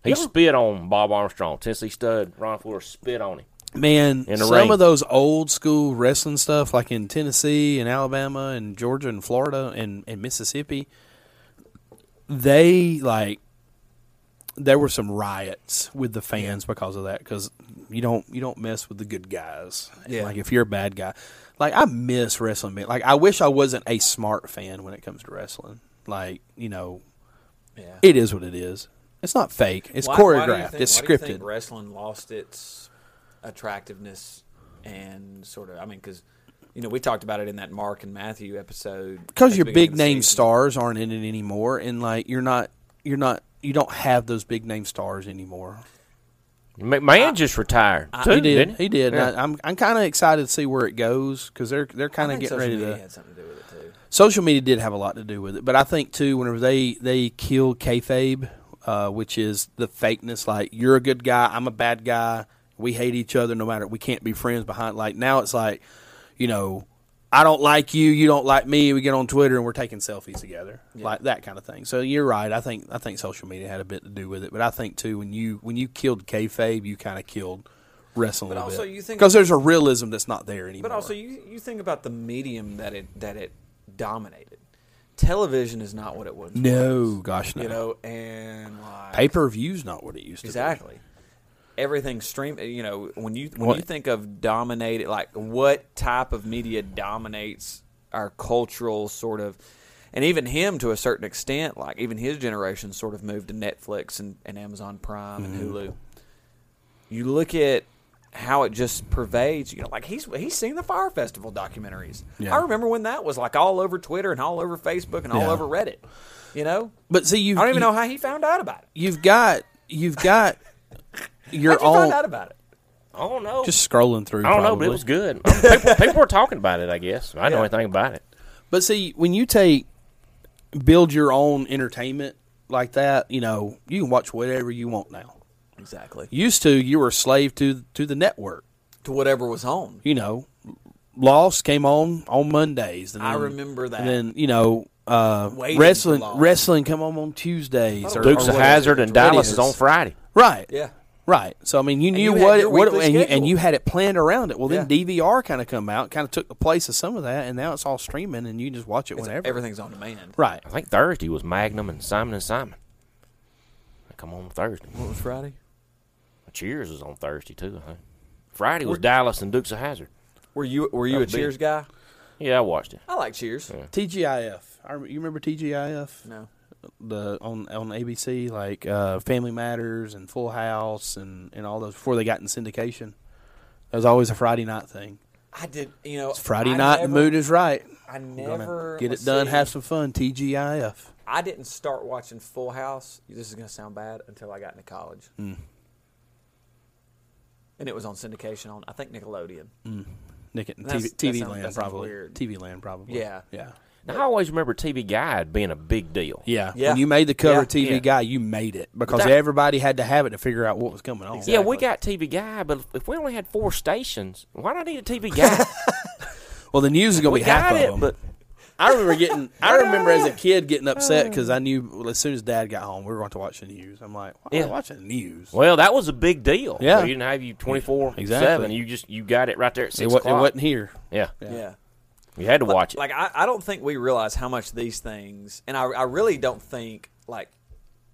S3: He spit on Bob Armstrong. Tennessee Stud Ron Fuller spit on him.
S2: Man,
S3: in the
S2: some
S3: ring.
S2: of those old school wrestling stuff, like in Tennessee and Alabama and Georgia and Florida and, and Mississippi, they like there were some riots with the fans because of that. Because you don't you don't mess with the good guys. And,
S1: Yeah.
S2: Like if you're a bad guy, like I miss wrestling. man. Like I wish I wasn't a smart fan when it comes to wrestling. Like you know,
S1: yeah.
S2: it is what it is. It's not fake. It's
S1: Why- why do you
S2: choreographed.
S1: think-
S2: it's
S1: why do you
S2: scripted.
S1: think wrestling lost its attractiveness and sort of. I mean, because you know we talked about it in that Mark and Matthew episode. at
S2: because
S1: the
S2: your
S1: beginning of
S2: big
S1: the
S2: name
S1: season.
S2: stars aren't in it anymore, and like you're not, you're not, you don't have those big name stars anymore.
S3: McMahon just retired. too,
S2: he did,
S3: didn't
S2: he did. and I, I'm, I'm kind of excited to see where it goes because they're, they're
S1: I
S2: kind of
S1: think
S2: getting
S1: social
S2: ready
S1: media
S2: to.
S1: had something to do with it too.
S2: Social media did have a lot to do with it, but I think too, whenever they they kill kayfabe, uh, which is the fakeness, like you're a good guy, I'm a bad guy, we hate each other, no matter we can't be friends behind. Like now, it's like, you know, I don't like you, you don't like me. We get on Twitter and we're taking selfies together, like that kind of thing. So you're right. I think I think social media had a bit to do with it, but I think too when you when you killed kayfabe, you kind of killed wrestling a
S1: also
S2: bit
S1: you think-
S2: because there's a realism that's not there anymore.
S1: But also, you you think about the medium that it that it dominated. Television is not what it was.
S2: no, gosh, no.
S1: you know, and like
S2: Pay per view's not what it used to
S1: exactly. Everything stream, you know, when you when
S2: What-
S1: you think of dominated, like what type of media dominates our cultural sort of, and even him to a certain extent, like even his generation sort
S2: Mm-hmm.
S1: of moved to Netflix and, and Amazon Prime and Hulu. You look at how it just pervades. You know, like he's he's seen the Fire Festival documentaries.
S2: Yeah.
S1: I remember when that was like all over Twitter and all over Facebook and all
S2: Yeah.
S1: over Reddit. You know,
S2: But see, you
S1: I don't even
S2: you,
S1: know how he found out about it.
S2: you've got you've got your
S1: How'd you find out
S2: own.
S1: about it?
S3: I don't know.
S2: Just scrolling through.
S3: I don't know,
S2: probably.
S3: but it was good. I mean, people, people were talking about it. I guess I didn't know anything about it.
S2: But see, when you take build your own entertainment like that, you know, you can watch whatever you want now.
S1: Exactly.
S2: Used to, you were a slave to to the network.
S1: To whatever was on.
S2: You know, Lost came on on Mondays. And
S1: I
S2: then-
S1: remember that.
S2: And then you know, uh,
S1: Waiting for
S2: wrestling
S1: Lost.
S2: wrestling come on on Tuesdays. or,
S3: Dukes
S2: or
S3: of
S2: whatever.
S3: Hazard and
S1: Reddit
S3: Dallas
S1: is.
S3: is on Friday.
S2: Right.
S1: Yeah.
S2: Right. So I mean, you knew
S1: you had
S2: what
S1: your
S2: it, what it,
S1: weekly
S2: and, you, and you
S1: schedule.
S2: had it planned around it. Well, then
S1: Yeah.
S2: DVR kind of come out, kind of took the place of some of that, and now it's all streaming, and you just watch it whenever.
S1: Everything's on demand.
S2: Right.
S3: I think Thursday was Magnum and Simon and Simon. They come on Thursday.
S1: What was Friday?
S3: Cheers is on Thursday too. I think. Friday was Dallas and Dukes of Hazard.
S1: Were you were you a
S3: That'd be-
S1: Cheers guy?
S3: Yeah, I watched it.
S1: I like Cheers.
S2: TGIF. I, rem- you remember TGIF?
S1: No.
S2: The on on ABC like uh, Family Matters and Full House and and all those before they got in syndication. That was always a Friday night thing.
S1: I did, you know.
S2: Friday
S1: I
S2: night, the
S1: never-
S2: mood is right.
S1: I
S2: We're gonna
S1: never
S2: get it
S1: let's
S2: done,
S1: see.
S2: have some fun. TGIF.
S1: I didn't start watching Full House. This is going to sound bad until I got into college. And it was on syndication on I think Nickelodeon.
S2: Nick it in
S1: That's-
S2: TV,
S1: that
S2: TV
S1: sounds- that
S2: land
S1: sounds
S2: probably.
S1: weird.
S2: TV land probably.
S1: Yeah.
S2: Yeah.
S3: Now, I always remember TV Guide being a big deal.
S2: Yeah.
S1: Yeah.
S2: When you made the cover
S1: Yeah.
S2: TV
S3: Yeah.
S2: guy, you made it because
S3: that-
S2: everybody had to have it to figure out what was coming on.
S3: Yeah, we got TV Guide, but if we only had four stations, why do I need a TV Guide?
S2: Well, the news is going
S3: we
S2: to be half
S3: got
S2: of
S3: it,
S2: them.
S3: but
S2: I remember getting. I remember as a kid getting upset because I knew well, as soon as Dad got home, we were going to watch the news. I'm like, why am
S3: Yeah.
S2: I watching the news?
S3: well, that was a big deal.
S2: Yeah.
S3: you didn't have you twenty four seven.
S2: Exactly.
S3: You just you got it right there at six
S2: it, wa- it
S3: o'clock.
S2: wasn't here.
S3: Yeah.
S1: Yeah.
S3: you had to watch it.
S1: Like I, I don't think we realize how much these things and I, I really don't think like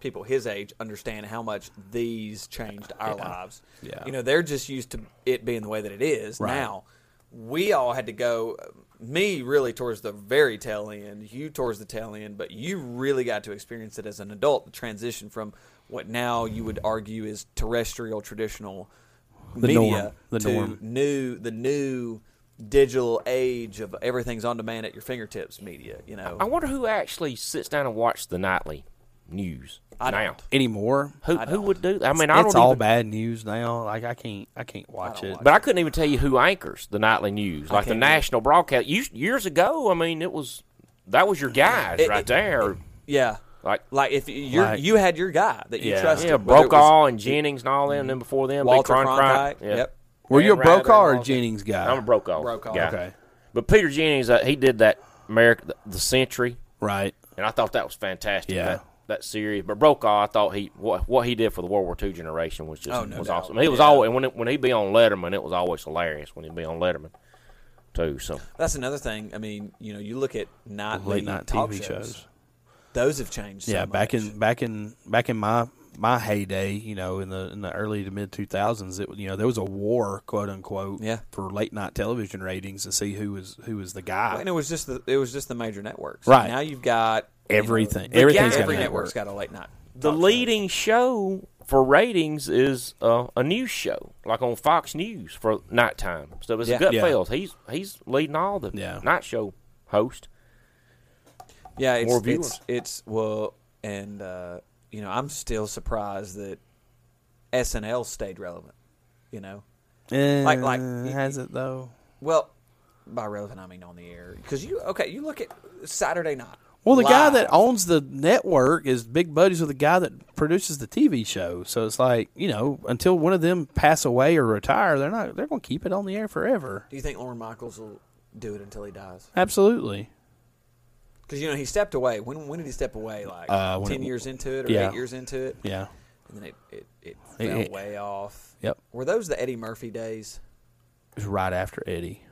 S1: people his age understand how much these changed our lives.
S2: Yeah.
S1: You know, they're just used to it being the way that it is
S2: Right.
S1: now. We all had to go me really towards the very tail end, you towards the tail end, but you really got to experience it as an adult, the transition from what now you would argue is terrestrial traditional
S2: The norm.
S1: media
S2: The
S1: to
S2: norm.
S1: new the new digital age of everything's on demand at your fingertips media you know
S3: I wonder who actually sits down and watches the nightly news
S1: I
S3: now.
S1: don't.
S2: anymore.
S3: Who who would do? that? I mean, I don't
S2: It's all
S3: even,
S2: bad news now. Like I can't. I can't watch it.
S3: But I couldn't even tell you who anchors the nightly news, like the
S1: can't either.
S3: national broadcast. You, years ago, I mean, it was that was your guys
S1: It-
S3: right
S1: it-
S3: there.
S1: yeah
S3: like
S1: like if you
S2: Like-
S1: you had your guy that you
S2: Yeah.
S1: trusted
S3: yeah,
S1: whether it was
S3: Brokaw and Jennings and all them. And then before them, Big
S1: Walter
S3: Cron- Cron-
S1: Cronkite,
S3: yeah.
S1: yep.
S2: were you a
S3: Dan Rather
S2: Brokaw or
S3: and
S2: a
S3: all-
S2: Jennings guy?
S3: I'm a Brokaw.
S1: Brokaw.
S3: guy.
S2: Okay.
S3: But Peter Jennings, uh, he did that America the, the Century,
S2: Right.
S3: and I thought that was fantastic.
S2: Yeah.
S3: That, that series, but Brokaw, I thought he what, what he did for the World War II generation was just
S1: Oh, no
S3: was
S1: doubt.
S3: awesome. He was always when it, when he'd be on Letterman, it was always hilarious when he'd be on Letterman too. So
S1: that's another thing i mean you know you look at nightly
S2: Late night
S1: talk
S2: TV shows.
S1: those have changed so
S2: Yeah. Back
S1: much.
S2: in back in back in my my heyday, you know, in the in the early to mid two thousands, it you know there was a war, quote unquote,
S1: Yeah.
S2: for late night television ratings to see who was who was the guy.
S1: and it was just the it was just the major networks
S2: Right.
S1: now you've got you know,
S2: Everything.
S1: the-
S2: Everything's
S3: got
S1: every
S3: a
S1: network's
S2: network.
S1: got a late night
S3: the
S1: talk show.
S3: leading show for ratings is uh, a news show, like on Fox News for nighttime. So it's
S1: Yeah.
S3: Gut
S2: Yeah.
S3: Fells. He's he's leading all the
S2: Yeah.
S3: night show host.
S1: Yeah, it's,
S3: more
S1: it's
S3: viewers.
S1: it's well, and uh, you know, I'm still surprised that SNL stayed relevant. You know,
S2: like
S1: like-
S2: has it though?
S1: well, by relevant I mean on the air because you okay, you look at Saturday night.
S2: Well, the guy
S1: Live.
S2: that owns the network is big buddies with the guy that produces the TV show. So it's like you know, until one of them pass away or retire, they're not they're going to keep it on the air forever.
S1: do you think Lauren Michaels will do it until he dies?
S2: Absolutely.
S1: Because you know he stepped away. When when did he step away? Like
S2: Uh, when
S1: ten
S2: it-
S1: years into it or
S2: yeah.
S1: eight years into it,
S2: Yeah.
S1: and then it it, it
S2: It-
S1: fell
S2: it-
S1: way off.
S2: Yep.
S1: Were those the Eddie Murphy days?
S2: It was right after Eddie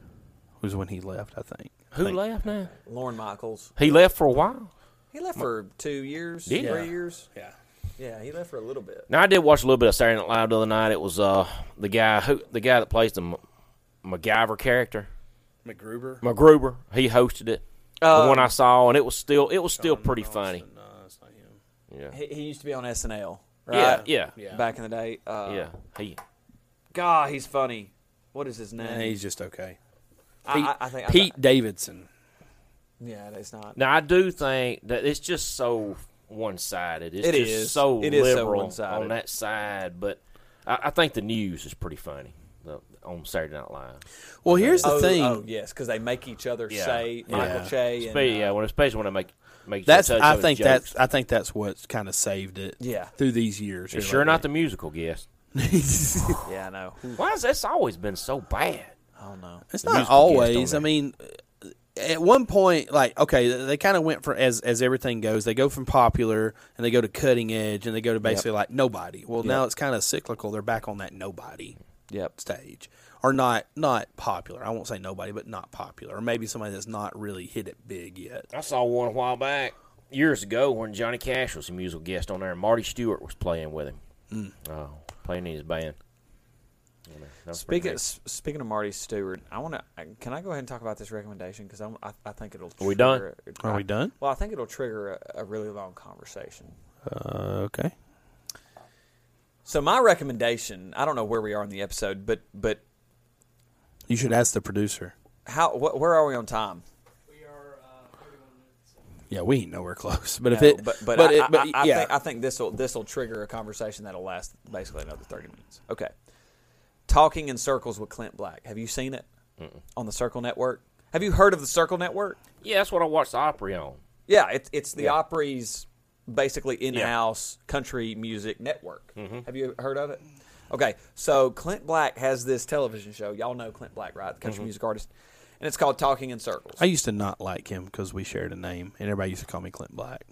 S2: was when he left. I think.
S3: Who left now?
S1: Lauren Michaels.
S3: He left for a while.
S1: He left for two years,
S3: Did he?
S1: three
S3: Yeah.
S1: years.
S2: Yeah.
S1: Yeah, he left for a little bit.
S3: Now I did watch a little bit of Saturday Night Live the other night. It was uh the guy who the guy that plays the M- MacGyver character,
S2: McGruber.
S3: MacGruber. He hosted it.
S1: Um,
S3: the one I saw, and it was still it was still pretty funny.
S2: No, that's not him.
S1: He, he used to be on SNL, right?
S3: Yeah, yeah,
S2: Yeah.
S1: Back in the day. Uh,
S3: yeah. He
S1: God, he's funny. What is his name?
S2: And he's just okay.
S1: I,
S2: Pete,
S1: I, I think I-
S2: Pete Davidson.
S1: yeah, it's not.
S3: Now I do think that it's just so one sided. It's
S1: It
S3: just
S1: is.
S3: so
S1: It is so
S3: liberal
S1: one-sided.
S3: on that side, but I, I think the news is pretty funny the, on Saturday Night Live.
S2: Well, here's the
S1: oh,
S2: thing.
S1: oh yes, because they make each other
S3: Yeah.
S1: say Michael
S2: Yeah.
S1: Che and
S3: Spe- yeah, when, especially when they make make
S2: That's
S3: such
S2: I
S3: other
S2: think
S3: jokes.
S2: that's I think that's what's kind of saved it.
S1: Yeah.
S2: Through these years.
S3: it's
S2: You're
S3: sure
S2: like,
S3: not the musical guest.
S2: it's
S1: uh, yeah, I know.
S3: Why has that's always been so bad?
S1: I don't know.
S2: not
S3: guest
S2: always. I
S3: on there.
S2: mean, at one point, like okay, they kind of went for as as everything goes. They go from popular and they go to cutting edge and they go to basically like nobody. Well, now it's kind of cyclical. They're back on that nobody
S1: Yep.
S2: stage or not not popular. I won't say nobody, but not popular, or maybe somebody that's not really hit it big yet.
S3: I saw one a while back, years ago, when Johnny Cash was a musical guest on there, and Marty Stewart was playing with him. Oh, playing in his band. You know, that was pretty
S1: Speaking
S3: neat.
S1: s- speaking of Marty Stewart, I want to. Can I go ahead and talk about this recommendation? Because I, I think it'll. Trigger,
S3: we done?
S2: Are we done?
S1: Well, I think it'll trigger a, a really long conversation.
S2: Uh, okay.
S1: So my recommendation. I don't know where we are in the episode, but but
S2: You should ask the producer.
S1: how wh- where are we on time?
S4: We are uh, 31 minutes.
S2: Yeah, we ain't nowhere close. But if
S1: No,
S2: it,
S1: but but, I,
S2: it,
S1: I-
S2: but
S1: I, I
S2: yeah,
S1: think I think this will this will trigger a conversation that'll last basically another thirty minutes. Okay, talking in circles with Clint Black. Have you seen it on the Circle Network? Have you heard of the Circle Network?
S3: yeah, that's what I watched the Opry on.
S1: Yeah, it's it's the Opry's basically in-house country music network. Have you heard of it? Okay, so Clint Black has this television show. Y'all know Clint Black, right? The country music artist, and it's called Talking in Circles.
S2: I used to not like him because we shared a name, and everybody used to call me Clint Black.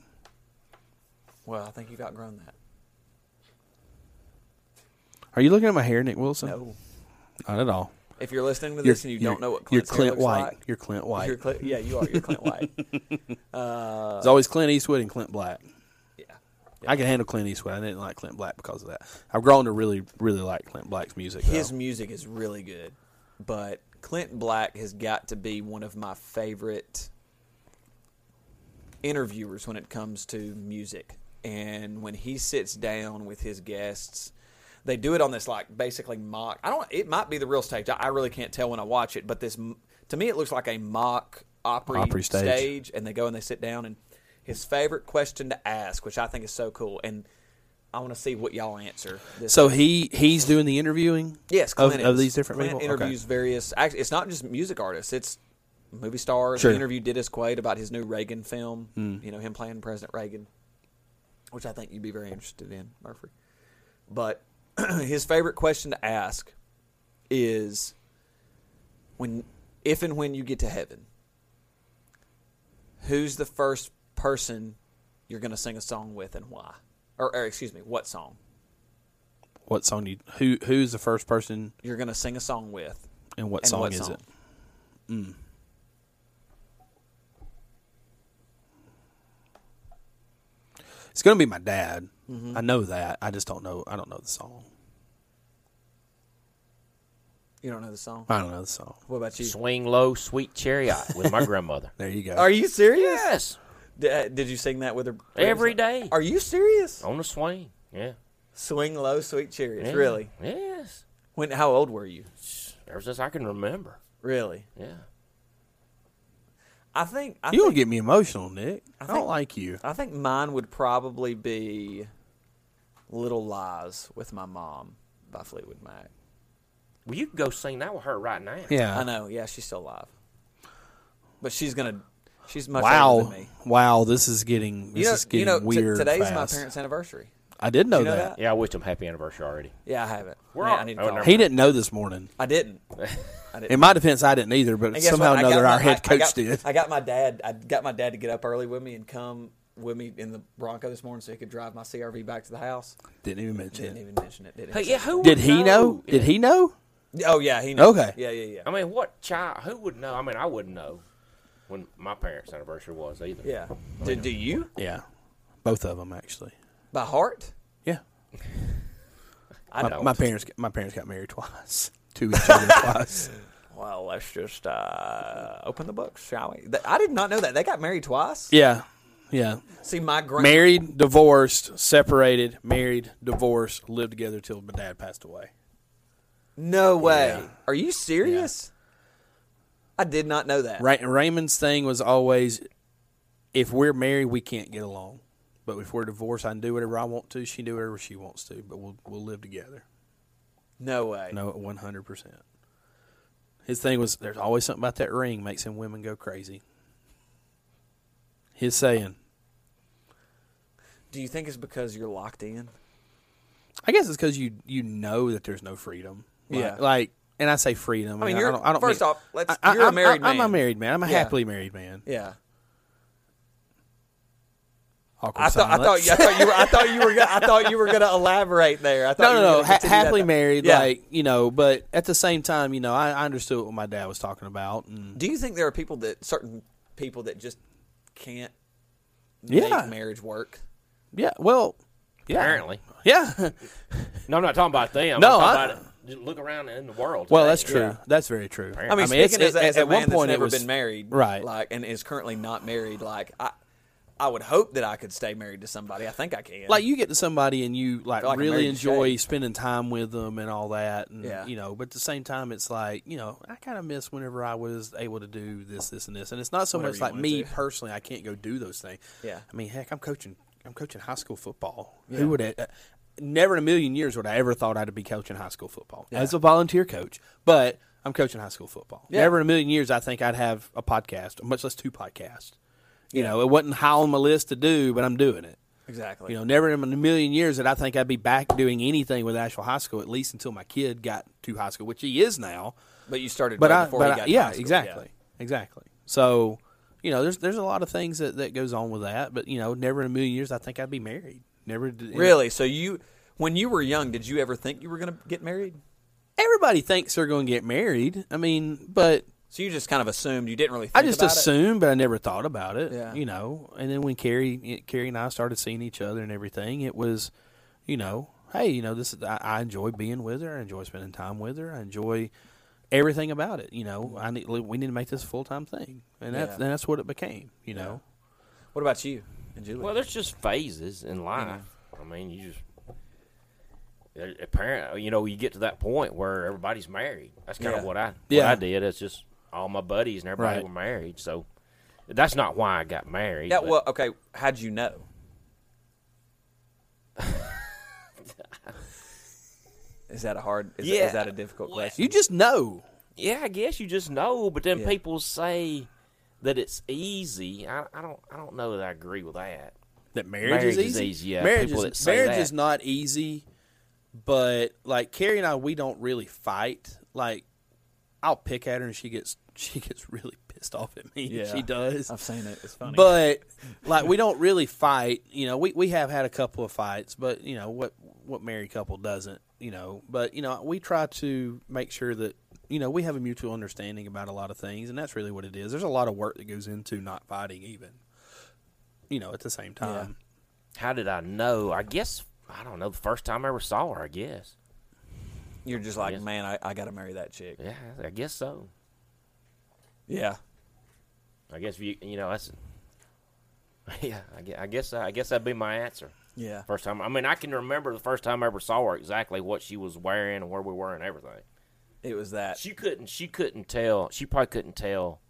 S1: well, I think you've outgrown that.
S2: Are you looking at my hair, Nick Wilson?
S1: No,
S2: not at all.
S1: if you're listening to
S2: You're-
S1: this and you
S2: you're-
S1: don't know what
S2: you're
S1: Clint's hair
S2: Clint
S1: looks
S2: White.
S1: like,
S2: You're Clint White.
S1: You're Clint, yeah, you are. You're Clint White.
S2: it's always Clint Eastwood and Clint Black.
S1: Yeah.
S2: I can handle Clint Eastwood. I didn't like Clint Black because of that. I've grown to really, really like Clint Black's music.
S1: His
S2: though.
S1: music is really good, but Clint Black has got to be one of my favorite interviewers when it comes to music. And when he sits down with his guests, they do it on this like basically mock. I don't. It might be the real stage. I, I really can't tell when I watch it, but this m- to me it looks like a mock opera
S2: Opry stage.
S1: stage. And they go and they sit down and his favorite question to ask, which I think is so cool. And I want to see what y'all answer. This
S2: So he he's doing the interviewing.
S1: Yes,
S2: of,
S1: Clint
S2: of
S1: is.
S2: these different
S1: Clint
S2: people.
S1: interviews various. Actually, it's not just music artists; it's movie stars.
S2: Sure. Hmm.
S1: He interviewed Dennis Quaid about his new Reagan film. You know, him playing President Reagan, which I think you'd be very interested in, Murphy. But his favorite question to ask is, "When, if and when you get to heaven, who's the first person you're going to sing a song with, and why?" Or, or excuse me, what song
S2: Okay. What song? You, who who's the first person,
S1: you're going to sing a song with?
S2: and what
S1: And
S2: song
S1: what
S2: is
S1: song?
S2: it? Mm. It's gonna be my dad.
S1: Mm-hmm.
S2: I know that. I just don't know. I don't know the song.
S1: You don't know the song.
S2: I don't know the song.
S1: What about you?
S3: Swing Low, Sweet Chariot with my grandmother.
S2: There you go.
S1: Are you serious?
S3: Yes,
S1: D- uh, did you sing that with her
S3: every day
S1: Are you
S2: Oh.
S1: serious?
S3: on the swing. Yeah,
S1: Swing low, sweet chariots.
S3: yeah.
S1: Really?
S3: Yes,
S1: When? How old were you?
S3: ever since I can remember.
S1: Really?
S3: Yeah,
S1: I think. I
S2: You don't
S1: think,
S2: get me emotional, Nick. I,
S1: think-
S2: don't like you.
S1: I think mine would probably be "Little Lies" with my mom by Fleetwood Mac.
S3: well, you can go sing that with her right now.
S2: Yeah.
S1: I know. Yeah, she's still alive, but she's gonna. She's much older than
S2: Wow.
S1: me.
S2: Wow. This is getting. This
S1: you know,
S2: is getting
S1: you know, t-
S2: weird.
S1: today's
S2: fast.
S1: my parents' anniversary.
S2: I did know,
S1: you know
S2: that.
S3: Yeah, I wish them happy anniversary already.
S1: Yeah, I haven't.
S3: We're
S1: Man,
S3: on-
S1: I need to
S3: oh,
S1: call.
S3: never
S2: He didn't know this morning.
S1: I didn't. I didn't.
S2: In my defense, I didn't either, but
S1: And guess
S2: somehow or
S1: what? I got
S2: another,
S1: my-
S2: our head
S1: I- I
S2: coach
S1: got-
S2: did.
S1: I got my dad. I got my dad to get up early with me and come with me in the Bronco this morning so he could drive my CRV back to the house.
S2: Didn't even mention
S1: Didn't
S2: it.
S1: even mention it. Did
S3: Hey,
S1: he?
S3: yeah, who
S2: Did
S3: would
S2: he know? Did he know?
S1: Oh yeah, he knows.
S2: Okay.
S1: Yeah, yeah,
S3: I
S1: yeah.
S3: mean, what child? Who would know? I mean, I wouldn't know when my parents' anniversary was either.
S1: Yeah. Do, do you
S2: Yeah. Both of them actually.
S1: by heart?
S2: Yeah.
S3: I
S2: My,
S3: don't.
S2: my parents my parents got married twice. To each other twice.
S1: Well, let's just uh, open the books, shall we? Th- I did not know that they got married twice.
S2: Yeah. Yeah.
S1: See, my grand.
S2: Married, divorced, separated, married, divorced, lived together till my dad passed away.
S1: No way. Are you serious? I did not know that.
S2: Ra- Raymond's thing was always, if we're married, we can't get along, but if we're divorced, I can do whatever I want to. She can do whatever she wants to, but we'll we'll live together.
S1: No way.
S2: No, one hundred percent. His thing was there's always something about that ring makes him women go crazy. His saying,
S1: Do you think it's because you're locked in?
S2: I guess it's because you you know that there's no freedom. Like,
S1: Yeah.
S2: like, and I say freedom.
S1: I mean,
S2: and
S1: you're-
S2: don't, I don't
S1: first
S2: mean-
S1: off, let's-
S2: I, I-
S1: you're a
S2: I'm-
S1: married
S2: I, am a
S1: man.
S2: married man. I'm a
S1: Yeah.
S2: happily married man.
S1: Yeah.
S2: Awkward
S1: I thought, I thought,
S2: silence.
S1: you- I thought you were, I thought you were, gonna, I thought you were going to elaborate there. I thought
S2: no,
S1: you
S2: no,
S1: were
S2: no.
S1: gonna
S2: Ha-
S1: continue that
S2: happily
S1: thought.
S2: married,
S1: Yeah.
S2: like you know, but at the same time, you know, I, I understood what my dad was talking about, and
S1: Do you think there are people that certain people that just can't
S2: Yeah.
S1: make marriage work?
S2: yeah, well, yeah,
S3: Apparently,
S2: yeah.
S3: no, I'm not talking about them.
S2: No,
S3: I'm
S2: I-
S3: talking about it. Just look around in the world.
S2: well,
S3: today.
S2: that's true. That's very true.
S1: I mean,
S2: it's-
S1: speaking as,
S2: it-
S1: as a
S2: at
S1: man
S2: one point
S1: that's
S2: it
S1: never
S2: was
S1: been married,
S2: right?
S1: Like, and is currently not married. Like, I, I would hope that I could stay married to somebody. I think I can.
S2: like you get to somebody and you like,
S1: feel like I'm married
S2: really
S1: to
S2: enjoy
S1: Shay.
S2: spending time with them and all that and
S1: Yeah.
S2: you know but at the same time it's like you know i kind of miss whenever i was able to do this this and this and it's not so
S1: Whatever
S2: much
S1: you
S2: like
S1: wanted
S2: me
S1: to.
S2: personally i can't go do those things
S1: Yeah.
S2: i mean heck i'm coaching i'm coaching high school football who would have never in a million years would i ever thought i'd be coaching high school football as a volunteer coach but i'm coaching high school football
S1: Yeah.
S2: never in a million years i think i'd have a podcast much less two podcasts you know it wasn't high on my list to do but i'm doing it
S1: exactly.
S2: you know, never in a million years that I think I'd be back doing anything with Asheville High School, at least until my kid got to high school, which he is now.
S1: but you started
S2: But
S1: right
S2: I,
S1: before
S2: but
S1: he
S2: I-
S1: got to
S2: yeah,
S1: high school.
S2: exactly, exactly. So, you know, there's there's a lot of things that, that goes on with that, but you know, never in a million years I think I'd be married. Never did-
S1: Really? So you, when you were young, did you ever think you were going to get married?
S2: Everybody thinks they're going to get married. I mean, but
S1: So you just kind of assumed you didn't really. think
S2: I just
S1: about it?
S2: assumed, but I never thought about it.
S1: Yeah.
S2: You know, and then when Carrie, eh, Carrie and I started seeing each other and everything, it was, you know, hey, you know, this is, I, I enjoy being with her. I enjoy spending time with her. I enjoy everything about it. You know, I need we need to make this a full time thing, and that's
S1: Yeah.
S2: and that's what it became. You know,
S1: What about you and Julie?
S3: Well, there's just phases in
S1: Mm-hmm.
S3: life. I mean, you just there- apparent. You know, you get to that point where everybody's married. That's kind
S1: Yeah.
S3: of what I what
S2: Yeah.
S3: I did. It's just all my buddies and everybody
S2: Right.
S3: were married. So that's not why I got married.
S1: yeah.
S3: but
S1: Well, okay. How'd you know? is that a hard? Is, that- is
S3: Yeah.
S1: that a difficult
S3: Well,
S1: question?
S2: you just know.
S3: yeah, I guess you just know. But then
S1: Yeah.
S3: people say that it's easy. I, I don't. I don't know that I agree with that.
S2: That marriage,
S3: Marriage
S2: is
S3: is
S2: easy.
S3: easy, yeah,
S2: Marriage
S3: people
S2: is
S3: that say
S2: marriage
S3: that.
S2: is not easy, but like Carrie and I, we don't really fight. Like I'll pick at her and she gets she gets really pissed off at me.
S1: Yeah.
S2: She does.
S1: I've seen it. It's funny.
S2: But like we don't really fight. You know, we, we have had a couple of fights, but you know what what married couple doesn't. You know, but you know we try to make sure that you know we have a mutual understanding about a lot of things, and that's really what it is. There's a lot of work that goes into not fighting, even. You know, at the same time.
S3: How did I know? I guess I don't know. The first time I ever saw her, I guess.
S1: You're just like, man, I, I got to marry that chick.
S3: Yeah, I guess so.
S1: Yeah.
S3: I guess you you know that's yeah. I guess I guess, I guess that'd be my answer.
S1: Yeah.
S3: First time. I mean, I can remember the first time I ever saw her exactly what she was wearing and where we were and everything.
S1: It was that.
S3: She couldn't. She couldn't tell. She probably couldn't tell.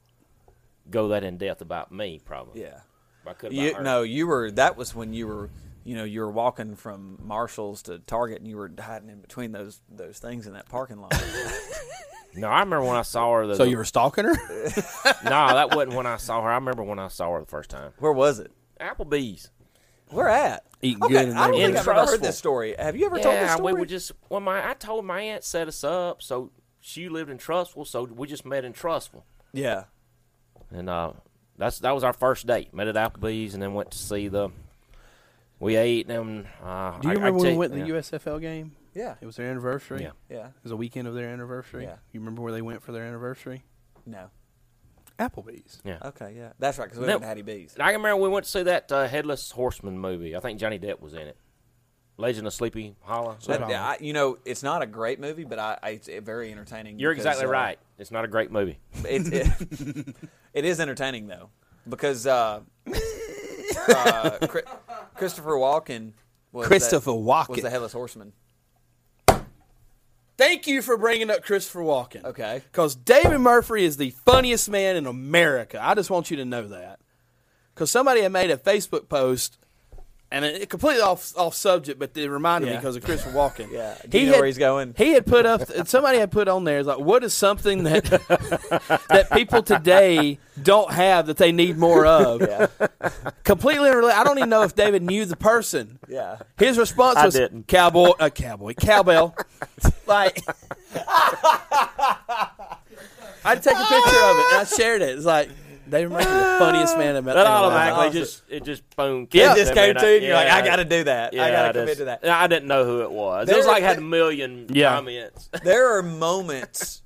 S3: Go that in depth about me, probably.
S1: Yeah.
S3: But I could about
S1: You,
S3: her.
S1: no, you were. That was when you were. You know, you were walking from Marshalls to Target, and you were hiding in between those those things in that parking lot.
S3: No, I remember when I saw her. The,
S2: So you were stalking her?
S3: No, that wasn't when I saw her. I remember when I saw her the first time.
S1: Where was it?
S3: Applebee's.
S1: Where at?
S2: Eating
S1: okay,
S2: good and
S1: I don't
S2: everything.
S1: think I've ever heard
S3: Trustful.
S1: this story. Have you ever told this
S3: Yeah, we
S1: story?
S3: were just. Well, my I told my aunt set us up, so she lived in Trustful, so we just met in Trustful.
S1: yeah.
S3: and uh, that's that was our first date. Met at Applebee's and then went to see the. We ate and uh,
S2: Do you
S3: I- I
S2: remember when
S3: take-
S2: we went to the
S3: yeah.
S2: USFL game?
S1: Yeah.
S2: It was their anniversary.
S3: Yeah.
S1: Yeah.
S2: It was a weekend of their anniversary.
S1: Yeah.
S2: You remember where they went for their anniversary?
S1: No.
S2: Applebee's.
S3: Yeah.
S1: Okay. Yeah. That's right. Because we
S3: No.
S1: went to Hattie B's.
S3: And I remember we went to see that uh, Headless Horseman movie. I think Johnny Depp was in it. Legend of Sleepy Hollow.
S2: That-
S1: That- I, you know, it's not a great movie, but I, I it's very entertaining.
S3: You're
S1: because,
S3: exactly
S1: uh,
S3: right. It's not a great movie.
S1: It, it- it is entertaining though, because uh, uh, Chri- Christopher Walken was
S2: Christopher
S1: the,
S2: Walken.
S1: was the headless horseman.
S2: Thank you for bringing up Christopher Walken.
S1: Okay.
S2: Because David Murphy is the funniest man in America. I just want you to know that. Because somebody had made a Facebook post, and it, it completely off off subject, but it reminded me
S1: Yeah.
S2: because of Christopher Walken.
S1: Yeah. Do you know where he's going?
S2: He had put up, and somebody had put on there, like, what is something that that people today don't have that they need more of?
S1: Yeah.
S2: Completely unrelated. I don't even know if David knew the person.
S1: Yeah.
S2: His response
S3: I
S2: was
S3: didn't.
S2: cowboy, a cowboy, cowbell. like, I'd take a picture of it and I shared it. It's like David Murphy, the funniest man in
S3: That
S2: America.
S3: automatically just it just boom.
S1: It
S3: killed
S1: just
S3: him,
S1: came
S3: and
S1: to you, and you're like,
S3: yeah,
S1: I got to do that. I got to commit
S3: just-
S1: to that.
S3: I didn't know who it was.
S1: There-
S3: it was like had a
S1: there-
S3: million
S2: Yeah.
S3: comments.
S1: There are moments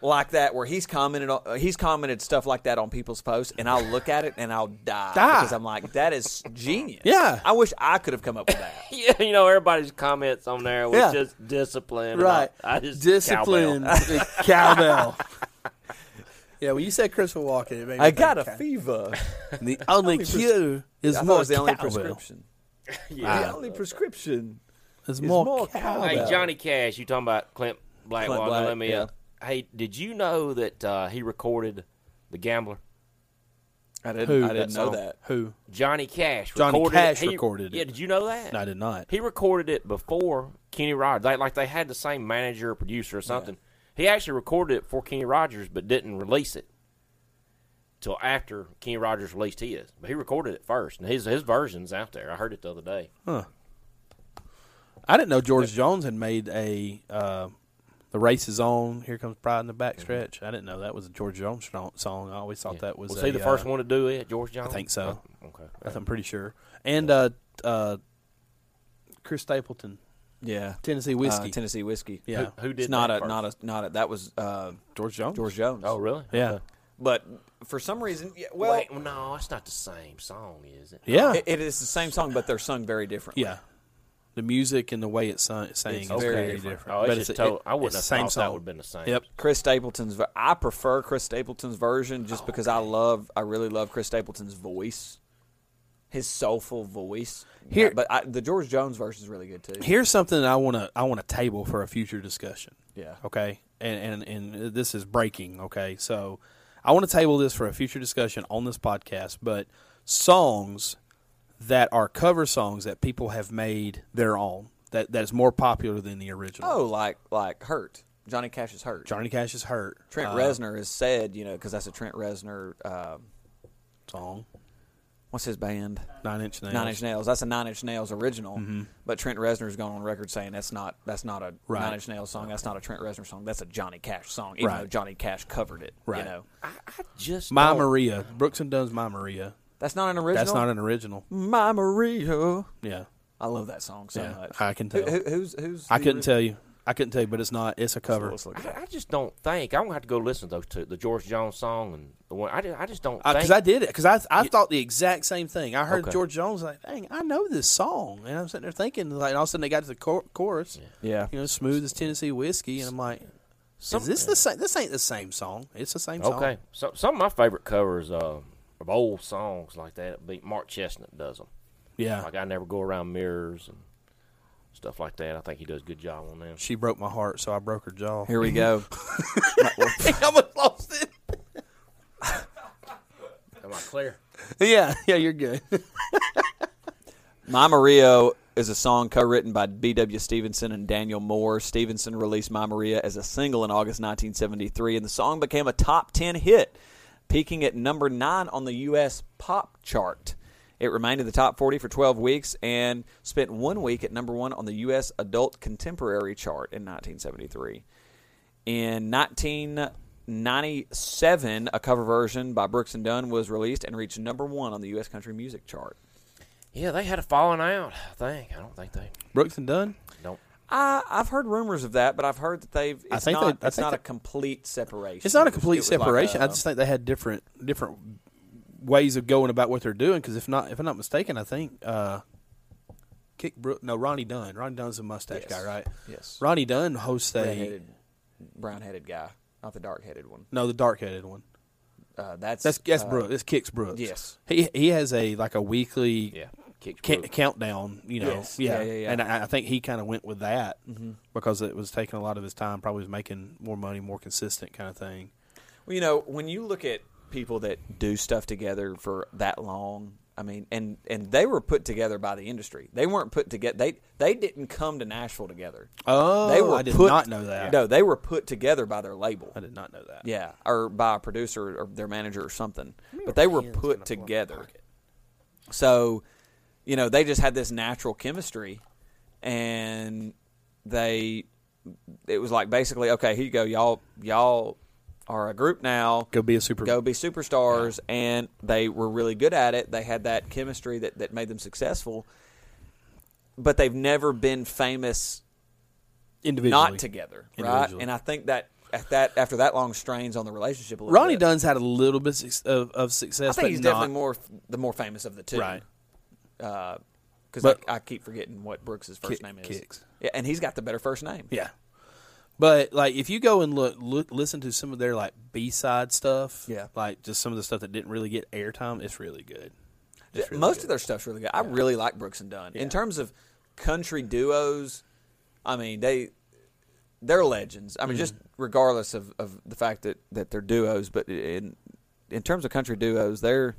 S1: like that where he's commented on uh, he's commented stuff like that on people's posts, and I'll look at it and I'll die,
S2: Die.
S1: because I'm like, that is genius.
S2: Yeah.
S1: I wish I could have come up with that.
S3: yeah, you know everybody's comments on there was
S2: Yeah.
S3: just discipline. and
S2: right.
S3: I, I just
S2: discipline,
S3: cowbell.
S2: the cowbell. yeah, when you said Christopher Walken, it made me
S1: I
S2: think
S1: got a
S2: cow-
S1: fever.
S2: The only cure is
S1: I thought it
S2: more
S1: was the only
S2: cowbell.
S1: prescription.
S3: Yeah.
S1: The only prescription.
S2: It's more,
S1: more
S2: cowbell.
S3: Hey
S1: cowbell.
S3: Johnny Cash, you talking about Clint Blackwell?
S1: Clint
S3: Don't
S1: Black,
S3: let me.
S1: yeah.
S3: Uh, hey, did you know that uh, he recorded the Gambler?
S1: I didn't.
S2: Who
S1: I didn't
S2: that
S1: know
S2: song?
S1: that.
S2: Who?
S3: Johnny Cash.
S2: Johnny
S3: recorded
S2: Cash
S3: it. He-
S2: recorded it.
S3: Yeah, did you know that?
S2: No, I did not.
S3: He recorded it before Kenny Rogers. They, like they had the same manager or producer or something. He actually recorded it for Kenny Rogers, but didn't release it till after Kenny Rogers released his. But he recorded it first, and his his version's out there. I heard it the other day.
S2: I didn't know George Jones had made a uh, the race is on. Here comes pride in the backstretch. I didn't know that was a George Jones song- song. I always thought that was.
S3: Was
S2: a,
S3: he the first
S2: uh,
S3: one to do it, George Jones? Oh,
S2: I think so.
S3: Okay.
S2: I'm pretty sure. And uh, uh, Chris Stapleton,
S1: Yeah.
S2: Tennessee
S1: Uh,
S2: whiskey.
S1: Tennessee whiskey.
S2: yeah,
S3: Who did
S1: It's not
S3: that
S1: a
S3: first?
S1: not a not a that was uh,
S2: George Jones.
S1: George Jones.
S3: Oh, really?
S2: Yeah,
S1: but for some reason, yeah, well,
S3: Well, Wait, well, no, it's not the same song, is it?
S2: yeah,
S1: it, it is the same song, but they're sung very differently.
S2: yeah. The music and the way it's sung, sang
S1: It's
S2: is
S1: very
S2: very,
S1: different.
S2: different.
S3: Oh, it's
S2: but
S3: just
S2: it's
S3: to- I wouldn't
S2: it's the
S3: have
S2: same
S3: thought that
S2: song.
S3: would have been the same.
S2: Yep.
S1: Chris Stapleton's. ver- I prefer Chris Stapleton's version just because I love. I really love Chris Stapleton's voice, his soulful voice.
S2: Here-
S1: but I, the George Jones version is really good too.
S2: Here's something that I want to I want to table for a future discussion.
S1: Yeah.
S2: Okay. And and and this is breaking. Okay. So I want to table this for a future discussion on this podcast. But songs that are cover songs that people have made their own that that is more popular than the original.
S1: Oh, like like Hurt. Johnny Cash is Hurt.
S2: Johnny Cash is hurt.
S1: Trent
S2: uh,
S1: Reznor is said, you know, because that's a Trent Reznor. Um,
S2: song.
S1: what's his band?
S2: Nine Inch Nails.
S1: Nine Inch Nails. That's a Nine Inch Nails original. But Trent Reznor's gone on record saying that's not that's not a
S2: Right.
S1: Nine Inch Nails song. That's not a Trent Reznor song. That's a Johnny Cash song. Even
S2: Right.
S1: though Johnny Cash covered it. You
S2: Right.
S1: know,
S3: Just
S1: Oh.
S2: My
S3: don't-
S2: Maria. Brooks and Dunn's My Maria.
S1: that's not an original.
S2: That's not an original.
S1: My Maria.
S2: Yeah.
S1: I love that song so
S2: Yeah,
S1: much.
S2: I can
S1: Who-
S2: tell.
S1: who- who's who's?
S2: I
S1: the
S2: couldn't
S1: ori-
S2: tell you. I couldn't tell you, but it's not. It's a cover.
S1: Let's look it up.
S3: I, I just don't think I'm gonna have to go listen to those two, the George Jones song and the one. I just, I just don't
S2: because
S3: think.
S2: Uh, I did it because I I thought the exact same thing. I heard
S3: Okay.
S2: George Jones like, "Dang, I know this song," and I'm sitting there thinking, like, and all of a sudden they got to the chor- chorus,
S1: Yeah.
S2: you know, smooth as Tennessee whiskey, and I'm like, "Is this the same? This ain't the same song. It's the same song."
S3: okay, so some of my favorite covers uh, of old songs like that. Be Mark Chestnut does them.
S2: yeah.
S3: Like I never go around mirrors and stuff like that. I think he does a good job on them.
S2: She broke my heart, so I broke her jaw.
S1: Here we go.
S2: I almost lost it.
S3: Am I clear?
S2: Yeah, yeah, you're good.
S1: My Maria is a song co-written by B.W. Stevenson and Daniel Moore. Stevenson released My Maria as a single in August 1973, and the song became a top 10 hit, peaking at number 9 on the U.S. pop chart. It remained in the top 40 for 12 weeks and spent one week at number 1 on the U.S. adult contemporary chart in 1973. In 1997, a cover version by Brooks and Dunn was released and reached number 1 on the U.S. country music chart.
S3: Yeah, they had a falling out. I think. I don't think they
S2: Brooks and Dunn.
S3: don't.
S1: I, I've heard rumors of that, but I've heard that they've. It's
S2: I think
S1: not.
S2: they- I
S1: it's
S2: think
S1: not a
S2: they-
S1: complete separation.
S2: It's not a
S1: It was-
S2: complete
S1: it was like uh,
S2: separation.
S1: a-
S2: I just think they had different different ways of going about what they're doing. Because if not, if I'm not mistaken, I think uh, Kick Brook, no Ronnie Dunn. Ronnie Dunn's a mustache
S1: Yes.
S2: guy, right?
S1: Yes.
S2: Ronnie Dunn hosts a
S1: redheaded, brown-headed guy, not the dark-headed one.
S2: no the dark headed one.
S1: Uh, that's
S2: That's that's
S1: uh,
S2: Brooks. That's Kicks Brooks.
S1: yes.
S2: He he has a like a weekly
S3: Yeah. Kicks
S2: ca-
S3: Brooks.
S2: countdown, you know.
S1: Yes. Yeah, yeah, Mm-hmm. yeah.
S2: And I, I think he kind of went with that because it was taking a lot of his time. Probably was making more money, more consistent kind of thing.
S1: Well, you know, when you look at people that do stuff together for that long, I mean, and and they were put together by the industry. They weren't put together. They they didn't come to Nashville together.
S2: Oh,
S1: they were
S2: I did
S1: put,
S2: not know that.
S1: No, they were put together by their label.
S2: I did not know that.
S1: Yeah, or by a producer or their manager or something. But they were put together. So, you know, they just had this natural chemistry and they it was like basically, okay, here you go, y'all y'all are a group now.
S2: Go be a super.
S1: Go be superstars and they were really good at it. They had that chemistry that, that made them successful. But they've never been famous
S2: individually.
S1: not together, right?
S2: Individually.
S1: And I think that at that after that long strains on the relationship, a little
S2: Ronnie
S1: bit,
S2: Dunn's had a little bit suc- of, of success.
S1: I think
S2: but
S1: he's
S2: not,
S1: definitely more f- the more famous of the two,
S2: Right.
S1: Because
S2: But-
S1: I, I keep forgetting what Brooks' first
S2: Ki-
S1: name is.
S2: Kicks.
S1: Yeah, and he's got the better first name.
S2: Yeah. But like, if you go and look, look listen to some of their like B side stuff,
S1: Yeah.
S2: like just some of the stuff that didn't really get airtime, it's really good.
S1: Yeah,
S2: It's really
S1: most
S2: good.
S1: of their stuff's really good. I really like Brooks and Dunn. In terms of country duos, I mean they they're legends.
S2: Mm-hmm.
S1: I mean, just regardless of, of the fact that, that they're duos, but in in terms of country duos, they're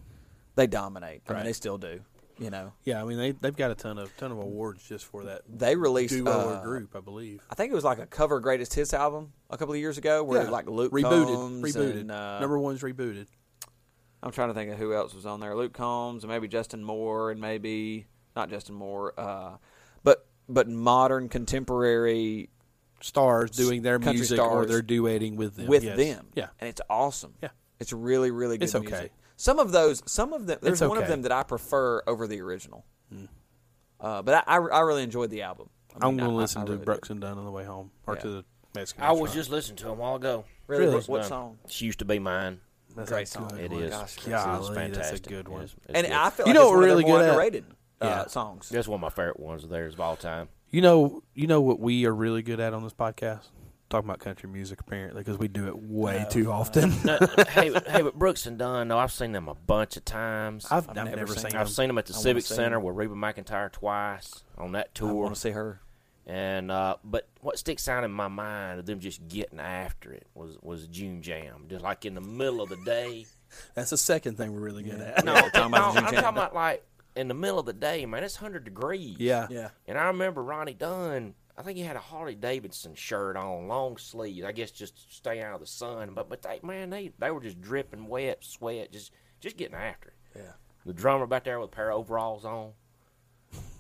S1: they dominate. I mean,
S2: Right.
S1: they still do. You know,
S2: yeah, I mean they they've got a ton of ton of awards just for that
S1: they released
S2: duo
S1: uh,
S2: or group, I believe.
S1: I think it was like a cover greatest hits album a couple of years ago where like Luke
S2: rebooted,
S1: Combs
S2: rebooted.
S1: and, uh,
S2: Number one's rebooted.
S1: I'm trying to think of who else was on there. Luke Combs and maybe Justin Moore and maybe not Justin Moore, uh, but but modern contemporary
S2: Stars doing their
S1: country
S2: music or
S1: stars
S2: they're duetting with them.
S1: with
S2: Yes.
S1: them.
S2: Yeah,
S1: and it's awesome.
S2: Yeah.
S1: it's really really good.
S2: It's okay.
S1: music. Some of those, some of them. There's
S2: It's
S1: one of
S2: okay. Hmm.
S1: them that I prefer over the original. Uh, but I, I I really enjoyed the album. I
S2: I am
S1: mean,
S2: going to
S1: I- I-
S2: listen
S1: I
S2: to
S1: really did.
S2: Brooks and Dunn on the way home or
S1: Yeah.
S2: to the Mexican.
S3: I was
S2: restaurant.
S3: just listening to him a while ago.
S1: Really? What- what
S3: No.
S1: song?
S3: She used to be mine.
S2: That's
S1: Great
S2: a
S1: song.
S2: good
S3: It Oh
S2: one.
S3: is.
S1: gosh,
S3: It's-
S2: Oh golly,
S3: it's
S2: that's a
S3: fantastic.
S2: good one.
S3: It's- it's
S1: And
S3: good.
S1: I feel
S2: You
S1: like
S2: know
S1: it's
S2: what
S1: one of their
S2: really
S1: more
S2: good at?
S1: underrated uh,
S2: Yeah.
S1: songs.
S3: That's one of my favorite ones of theirs of all time.
S2: You know, you know what we are really good at on this podcast? Talking about country music, apparently, because we do it way too often.
S3: No, hey, but- hey, but Brooks and Dunn, no, I've seen them a bunch of times.
S2: I've, I've,
S1: never
S2: never
S1: seen
S2: seen.
S1: it.
S2: them.
S3: I've seen them at the
S1: I wanna
S3: Civic
S1: see
S3: Center
S1: them.
S3: with Reba McIntyre twice on that
S1: I
S3: tour.
S1: want to see her.
S3: And uh, but what sticks out in my mind of them just getting after it was was June Jam, just like in the middle of the day.
S2: That's the second thing we're really good at.
S3: No,
S1: Yeah, talking
S3: no,
S1: about the
S3: I'm
S1: June
S3: talking
S1: Jam.
S3: about like in the middle of the day, man. It's hundred degrees.
S2: Yeah.
S1: Yeah.
S3: And I remember Ronnie Dunn. I think he had a Harley Davidson shirt on, long sleeves. I guess just to stay out of the sun. But but they man, they they were just dripping wet, sweat, just just getting after it.
S1: Yeah.
S3: The drummer back there with a pair of overalls on.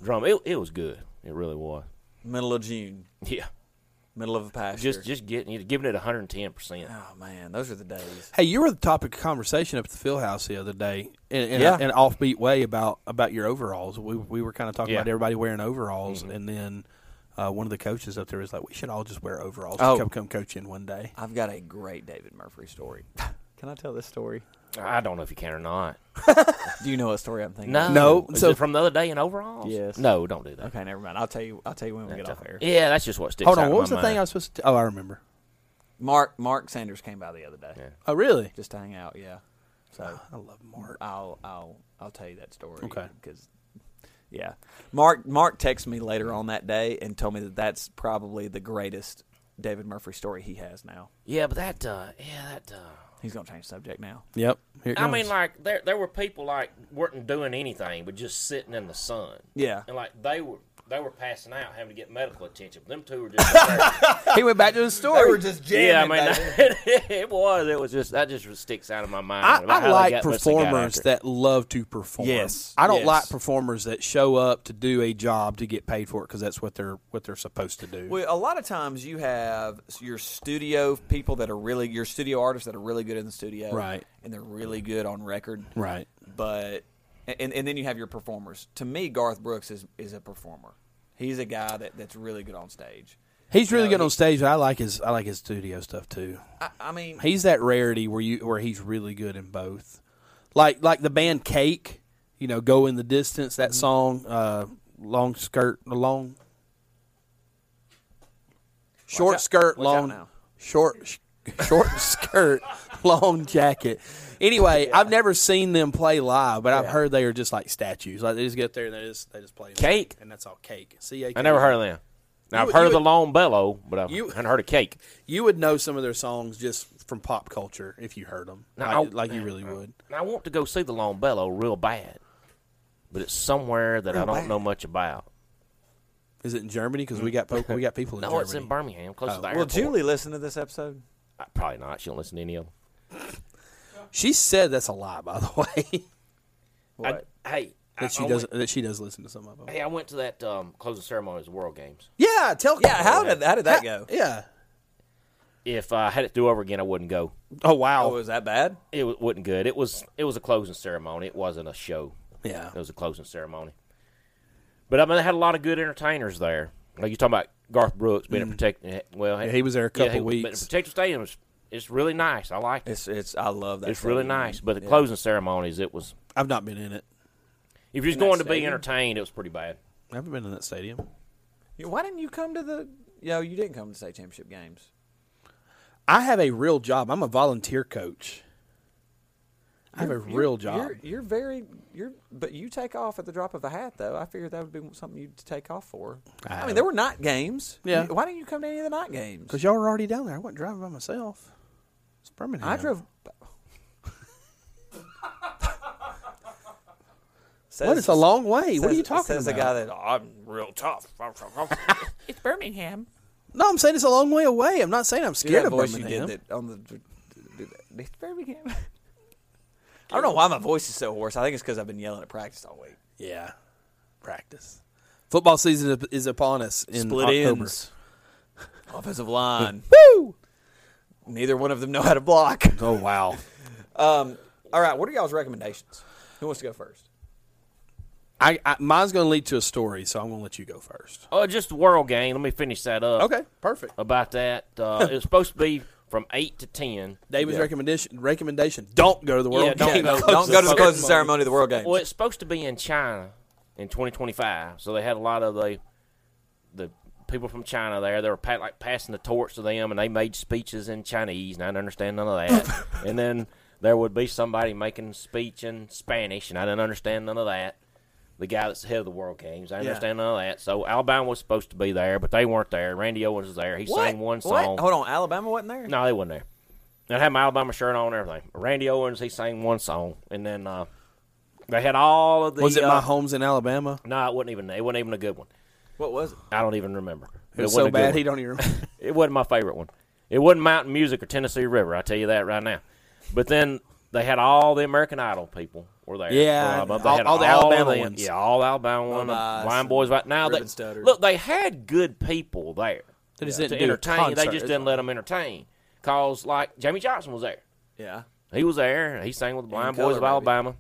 S3: Drum, it it was good. It really was.
S1: Middle of June,
S3: Yeah.
S1: middle of a pasture.
S3: Just just getting it, giving it 110 percent.
S1: oh man, those are the days.
S2: Hey, you were the topic of conversation up at the Phil House the other day in, in,
S1: Yeah.
S2: a, in an offbeat way about about your overalls. We we were kind of talking
S3: Yeah.
S2: about everybody wearing overalls, and then uh, one of the coaches up there was like, "We should all just wear overalls
S1: Oh.
S2: to come come coach in one day."
S1: I've got a great David Murphy story. Can I tell this story?
S3: I don't know if you can or not.
S1: Do you know what story I'm thinking?
S3: No,
S1: of?
S2: No,
S3: Is
S2: so-
S3: it from the other day in overalls.
S1: Yes.
S3: No, don't do that.
S1: Okay, never mind. I'll tell you. I'll tell you when we get off air.
S3: Yeah, that's just what sticks.
S2: Hold
S3: out
S2: on,
S3: in
S2: what
S3: my
S2: was the thing I
S3: mind.
S2: was supposed to? Oh, I remember.
S1: Mark Mark Sanders came by the other day
S3: Yeah.
S2: Oh, really?
S1: just to hang out. Yeah, so
S2: I love Mark.
S1: I'll I'll I'll tell you that story.
S2: Okay.
S1: Because yeah, Mark Mark texted me later on that day and told me that that's probably the greatest David Murphy story he has now.
S3: Yeah, but that. Uh, yeah, that. Uh,
S1: He's gonna change subject now.
S2: Yep. Here it
S3: I mean,
S2: comes.
S3: like there there were people like weren't doing anything but just sitting in the sun.
S1: Yeah.
S3: and like they were they were passing out, having to get medical attention. But them two were just. there.
S2: he went back to his story.
S3: yeah, I mean, it was it was just that just sticks out of my mind.
S2: I,
S3: about
S2: I
S3: how they
S2: like
S3: got- must have got
S2: performers
S3: after it.
S2: that love to perform.
S1: Yes.
S2: I don't
S1: Yes.
S2: like performers that show up to do a job to get paid for it because that's what they're what they're supposed to do.
S1: Well, a lot of times you have your studio people that are really your studio artists that are really good in the studio,
S2: Right.
S1: And they're really good on record,
S2: right.
S1: But and and then you have your performers. To me, Garth Brooks is is a performer. He's a guy that, that's really good on stage.
S2: He's really
S1: know,
S2: good
S1: he-
S2: on stage. But I like his I like his studio stuff too.
S1: I, I mean,
S2: He's that rarity where you where he's really good in both. Like like the band Cake, you know, go in the distance.
S1: Mm-hmm.
S2: That song, uh, long skirt, long, short
S1: out-
S2: skirt,
S1: watch out
S2: long,
S1: now.
S2: short, sh- short skirt, long jacket. Anyway, I've never seen them play live, but I've
S1: Yeah.
S2: heard they are just like statues. Like they just get up there and they just they just play
S3: Cake.
S2: and that's all cake. C A K. E.
S3: I never heard of them. Now
S2: You-
S3: I've heard
S2: you
S3: of the
S2: would-
S3: long bellow, but I've
S2: you-
S3: not heard of cake.
S2: You would know some of their songs just from pop culture if you heard them,
S3: No,
S2: like,
S3: I-
S2: like you really would.
S3: And I want to go see the long bellow real bad, but it's somewhere that I
S2: Real
S3: don't
S2: bad.
S3: know much about.
S2: Is it in Germany? Because we got po- we got people in
S3: No,
S2: Germany.
S3: it's in Birmingham, close
S2: Oh.
S3: to the
S1: Will
S3: airport.
S1: Julie listen to this episode?
S3: I- probably not. She don't listen to any of them.
S2: she said that's a lie, by the way,
S1: What?
S3: I, hey, I-
S2: that she
S1: Oh,
S3: I
S2: does
S3: Went,
S2: that she does listen to some of them.
S3: hey, I went to that um, closing ceremony of the World Games.
S2: Yeah, tell
S1: yeah, how did how did that go?
S2: yeah.
S3: If I had it do over again, I wouldn't go.
S2: Oh
S1: Oh,
S2: wow,
S1: was that bad?
S3: It w- wasn't good. It was it was a closing ceremony. It wasn't a show.
S2: yeah.
S3: It was a closing ceremony. But I mean, they had a lot of good entertainers there. Like you're talking about Garth Brooks being a protected. Well,
S2: Mm-hmm. Yeah, he was there a couple
S3: he- But
S2: weeks.
S3: the protected stadium is it's really nice. I like it.
S1: It's it's I love that.
S3: It's, really
S1: stadium.
S3: nice. But the
S1: Yeah.
S3: closing ceremonies, it was.
S2: I've not been in it.
S3: If you're just
S1: that
S3: going to be
S1: stadium?
S3: entertained, it was pretty bad.
S2: I haven't been in that stadium.
S1: Yeah, Why didn't you come to the? Yo, you didn't come to state championship games.
S2: I have a real job. I'm a volunteer coach. I have a
S1: You're-
S2: real job.
S1: You're, you're very you're, but you take off at the drop of a hat though. I figured that would be something you'd take off for. I, mean, there were night games.
S2: Yeah.
S1: You- Why didn't you come to any of the night games?
S2: Because y'all were already down there. I wasn't driving by myself. It's Birmingham.
S1: I drove. says,
S2: What? It's a long way.
S1: says-
S2: what are you talking
S1: says
S2: about?
S1: the guy that I'm real tough. it's Birmingham.
S2: no, I'm saying it's a long way away. I'm not saying I'm
S1: Dude,
S2: scared
S1: that
S2: of
S1: voice
S2: Birmingham.
S1: you did that on the. do that- It's Birmingham. I don't know why my voice is so hoarse. I think it's because I've been yelling at practice all week.
S2: Yeah, practice. Football season is- is upon us in
S1: Split
S2: October.
S1: ends. Offensive line.
S2: Woo!
S1: Neither one of them know how to block. Um,
S2: Oh wow.
S1: All right, what are y'all's recommendations? Who wants to go first?
S2: I, I mine's going to lead to a story, so I'm going to let you go first.
S3: Oh, just the World Game. Let me finish that up.
S2: perfect.
S3: About that, uh, it was supposed to be from eight to ten.
S2: David's
S1: Yeah.
S2: recommendation recommendation: don't go to the world.
S3: Yeah, don't
S2: Games.
S3: go-
S1: Don't go to the closing
S3: closing
S1: ceremony of the World Games.
S3: Well, it's supposed to be in China in 2025, so they had a lot of the the people from China there. They were pa- like passing the torch to them, and they made speeches in Chinese, and I didn't understand none of that. and then there would be somebody making a speech in Spanish, and I didn't understand none of that. The guy that's the head of the World Games, I understand none of that. So Alabama was supposed to be there, but they weren't there. Randy Owens was there. He sang one song.
S1: What? Hold on, Alabama wasn't there?
S3: No, they wasn't there. And I had my Alabama shirt on and everything. Randy Owens, he sang one song, and then uh, they had all of the.
S2: Was it
S3: uh,
S2: my homes in Alabama?
S3: No, it wasn't even. It wasn't even a good one.
S1: What was it?
S3: I don't even remember.
S2: It was
S3: wasn't
S2: so
S3: a good
S2: bad
S3: one.
S2: he don't even. remember.
S3: It wasn't my favorite one. It wasn't Mountain Music or Tennessee River. I tell you that right now. But then they had all the American Idol people were there.
S2: Yeah,
S3: Uh, but
S2: all- all the
S3: of
S2: Alabama
S3: them.
S2: ones.
S3: Yeah, all the Alabama ones.
S1: Bice
S3: Blind
S1: and
S3: boys. Right now, they,
S1: Reuben Studdard.
S3: look, they had good people there
S2: They just
S3: to
S2: didn't do a
S3: entertain. They
S2: concert.
S3: just didn't let them entertain. Cause like Jamie Johnson was there.
S1: Yeah.
S3: He was there. He sang with the Blind
S1: color,
S3: Boys of
S1: maybe.
S3: Alabama.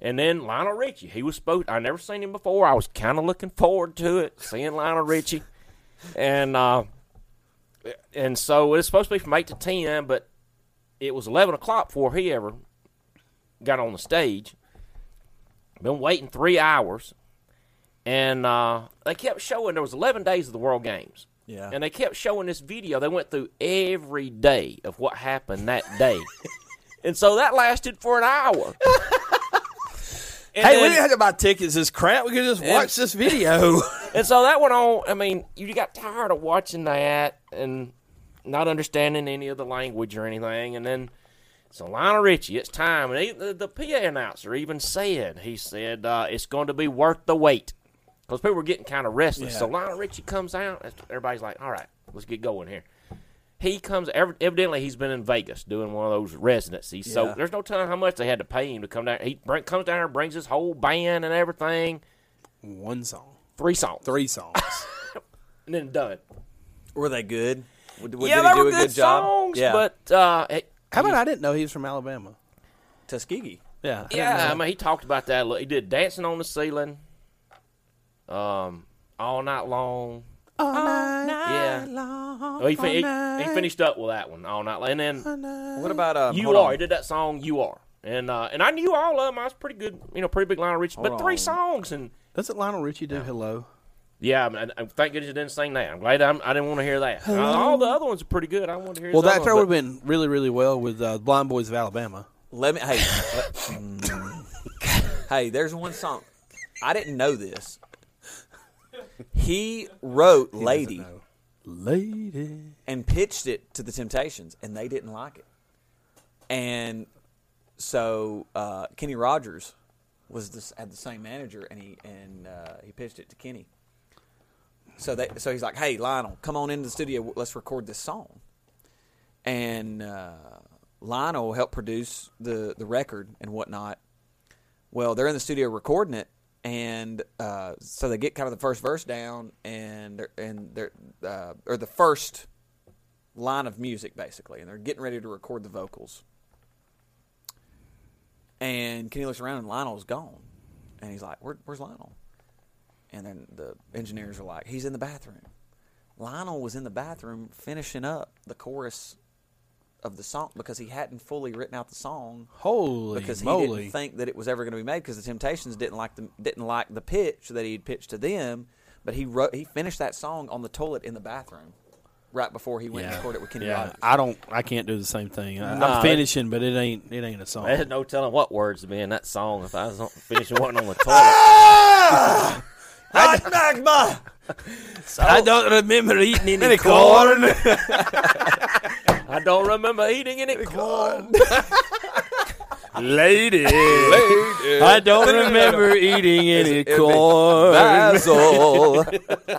S3: And then Lionel Richie. He was supposed. I never seen him before. I was kind of looking forward to it, seeing Lionel Richie. And uh, and so it's supposed to be from eight to ten, but it was eleven o'clock before he ever got on the stage. Been waiting three hours, and uh, they kept showing. There was eleven days of the World Games.
S1: Yeah.
S3: And they kept showing this video. They went through every day of what happened that day. And so that lasted for an hour. and,
S2: Hey, we
S3: then-
S2: didn't have to buy tickets. This crap. We could just watch this video.
S3: and so that went on. I mean, you got tired of watching that and not understanding any of the language or anything. And then, so Lionel Richie, it's time. And he, the, the PA announcer even said, he said, uh, it's going to be worth the wait. Because people were getting kind of restless. So Lionel Richie comes out. and Everybody's like, all right, let's get going here. He comes, ev- evidently, he's been in Vegas doing one of those residencies.
S1: Yeah.
S3: So there's no telling how much they had to pay him to come down. He bring, comes down here, brings his whole band and everything.
S2: One song,
S3: Three songs.
S2: three songs.
S3: And then done.
S1: Were they good? Would, would- did
S3: yeah,
S1: he
S3: they
S1: do
S3: were
S1: a
S3: good,
S1: good job?
S3: songs,
S1: yeah.
S3: but uh, it-
S2: How about I didn't know he was from Alabama?
S1: Tuskegee.
S2: Yeah, I didn't know
S3: yeah, I
S2: that.
S3: mean, he talked about that. a little. He did dancing on the ceiling, um, all night long.
S2: All night
S3: Yeah,
S2: long,
S3: Well, he, fin-
S2: all
S3: he, he finished up with that one all night, long. and
S2: night, all
S3: then
S2: night.
S1: What about um,
S3: you
S1: hold
S3: are.
S1: on.
S3: He did that song "You Are," and uh, and I knew all of them. I was pretty good, you know, pretty big line of reach, but three
S1: on.
S3: songs and.
S2: Doesn't Lionel Richie do "Hello"?
S3: Yeah, I mean, I, I, thank goodness you didn't sing that. I'm glad I'm, I didn't want to hear that. Uh, all the other ones are pretty good. I want to hear.
S2: Well,
S3: his
S2: that
S3: other
S2: there would
S3: ones,
S2: have been really, really well with uh, Blind Boys of Alabama.
S1: Let me. Hey, let- hey. There's one song. I didn't know this. He wrote "Lady"
S2: Lady.
S1: and pitched it to the Temptations, and they didn't like it. And so uh, Kenny Rogers was this, had the same manager, and he and uh, he pitched it to Kenny. So they so he's like, "Hey Lionel, come on into the studio. Let's record this song." And uh, Lionel helped produce the the record and whatnot. Well, they're in the studio recording it, and uh, so they get kind of the first verse down, and they're, and they're uh, or the first line of music basically, and they're getting ready to record the vocals. And Kenny looks around, and Lionel's gone, and he's like, Where, "Where's Lionel?" And then the engineers are like, "He's in the bathroom." Lionel was in the bathroom finishing up the chorus of the song because he hadn't fully written out the song
S2: Holy
S1: because he
S2: moly.
S1: didn't think that it was ever going to be made because the Temptations didn't like the didn't like the pitch that he had pitched to them. But he wrote he finished that song on the toilet in the bathroom right before he went and recorded it with Kenny
S2: yeah,
S1: Rogers.
S2: I don't. I can't do the same thing. I,
S3: Nah,
S2: I'm finishing, but it ain't. It ain't a song.
S3: There's no telling what words to be in that song if I was on- finishing one on the toilet.
S1: Hot magma.
S2: I don't remember eating any,
S3: I don't remember eating any corn.
S2: lady. I don't remember eating any corn.
S1: Basil.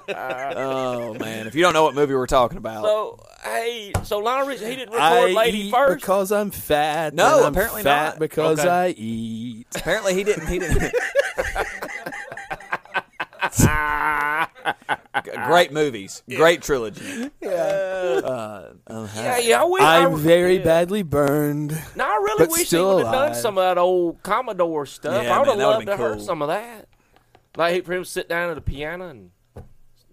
S1: oh man! If you don't know what movie we're talking about,
S3: So hey, so Lionel Richie he didn't
S2: I
S3: record Lady
S2: eat
S3: First.
S2: because I'm fat.
S1: No,
S2: and I'm
S1: apparently
S2: fat
S1: not.
S2: Because
S3: Okay.
S2: I eat.
S1: apparently he didn't. He didn't. G- Great movies, great trilogy.
S3: yeah, yeah, I wish. I,
S2: I'm very badly burned.
S3: no, I really
S2: but
S3: wish he
S2: still
S3: would have done
S2: alive.
S3: some of that old Commodore stuff.
S1: Yeah,
S3: I
S1: man,
S3: would have
S1: that would've
S3: loved to
S1: been
S3: heard
S1: cool.
S3: some of that. Like he pretty much sit down at the piano and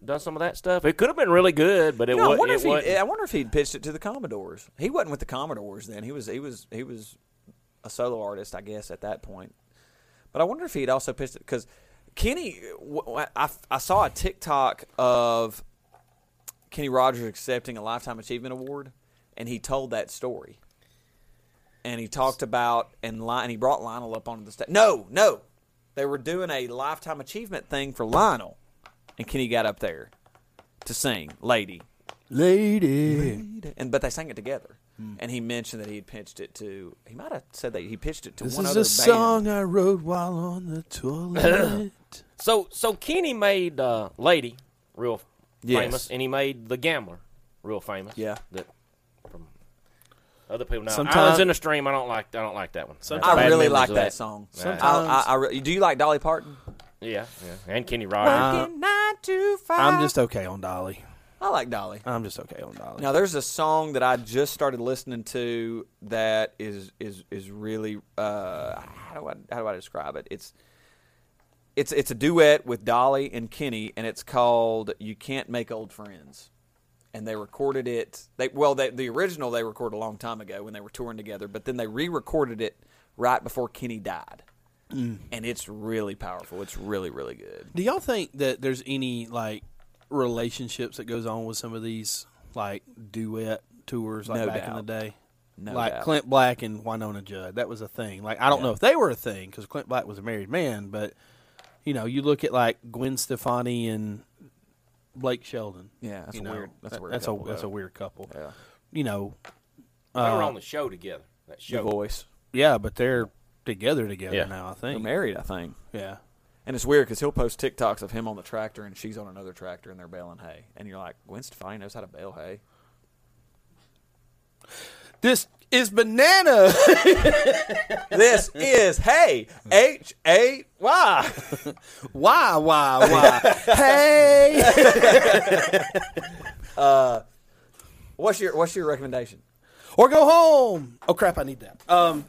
S3: done some of that stuff. It could have been really good, but it
S1: You know, I wonder
S3: wasn't.
S1: if
S3: It
S1: he.
S3: wasn't.
S1: I wonder if he'd pitched it to the Commodores. He wasn't with the Commodores then. He was. He was. He was a solo artist, I guess, at that point. But I wonder if he'd also pitched it because Kenny. w- w- I, I saw a TikTok of Kenny Rogers accepting a Lifetime Achievement Award, and he told that story. And he talked about and, Li- and he brought Lionel up onto the stage. No, no, they were doing a Lifetime Achievement thing for Lionel, and Kenny got up there to sing "Lady."
S2: Lady.
S1: and but they sang it together. And he mentioned that he had pitched it to. He might have said that he pitched it to
S2: This
S1: one
S2: is a
S1: other
S2: song
S1: band.
S2: I wrote while on the toilet.
S3: So so Kenny made uh, Lady real
S1: Yes.
S3: famous, and he made The Gambler real famous.
S1: Yeah.
S3: that from other people now.
S2: Sometime-
S3: Islands in the Stream. I don't like. I don't like that one.
S2: Sometime-
S1: I
S3: Bad
S1: really
S3: memories
S1: like
S3: of
S1: that song. I,
S3: Sometimes-
S1: I, I re- do you like Dolly Parton?
S3: Yeah, yeah, and Kenny Rogers.
S1: Working nine to five.
S2: I'm just okay on Dolly.
S1: I like Dolly.
S2: I'm just okay on Dolly.
S1: Now there's a song that I just started listening to that is is is really uh, how do I how do I describe it? It's it's it's a duet with Dolly and Kenny, and it's called "You Can't Make Old Friends." And they recorded it. They well, they, the original they recorded a long time ago when they were touring together, but then they re-recorded it right before Kenny died, and it's really powerful. It's really really good.
S2: Do y'all think that there's any like relationships that goes on with some of these like duet tours like
S1: No
S2: back in
S1: doubt.
S2: the day?
S1: No
S2: like
S1: doubt.
S2: Clint Black and Winona Judd, that was a thing. Like I don't know if they were a thing because Clint Black was a married man, but you know, you look at like Gwen Stefani and Blake Sheldon.
S1: Yeah, that's
S2: you
S1: a
S2: know,
S1: weird- that's a
S2: that-
S1: weird
S2: That's
S1: couple,
S2: a that's
S1: though.
S2: a weird couple.
S1: Yeah.
S2: You know,
S3: they were on the show together. That
S1: The
S3: show.
S1: voice.
S2: yeah, but they're together together
S3: Yeah.
S2: now. I
S1: They're
S2: think.
S1: married, I think.
S2: yeah.
S1: And it's weird because he'll post TikToks of him on the tractor and she's on another tractor and they're baling hay. And you're like, Gwen Stefani knows how to bale hay.
S2: This is banana.
S1: this is hay. H A Y.
S2: why? Why? Why? hey.
S1: Uh, What's your What's your recommendation?
S2: or go home. Oh crap, I need that. Um,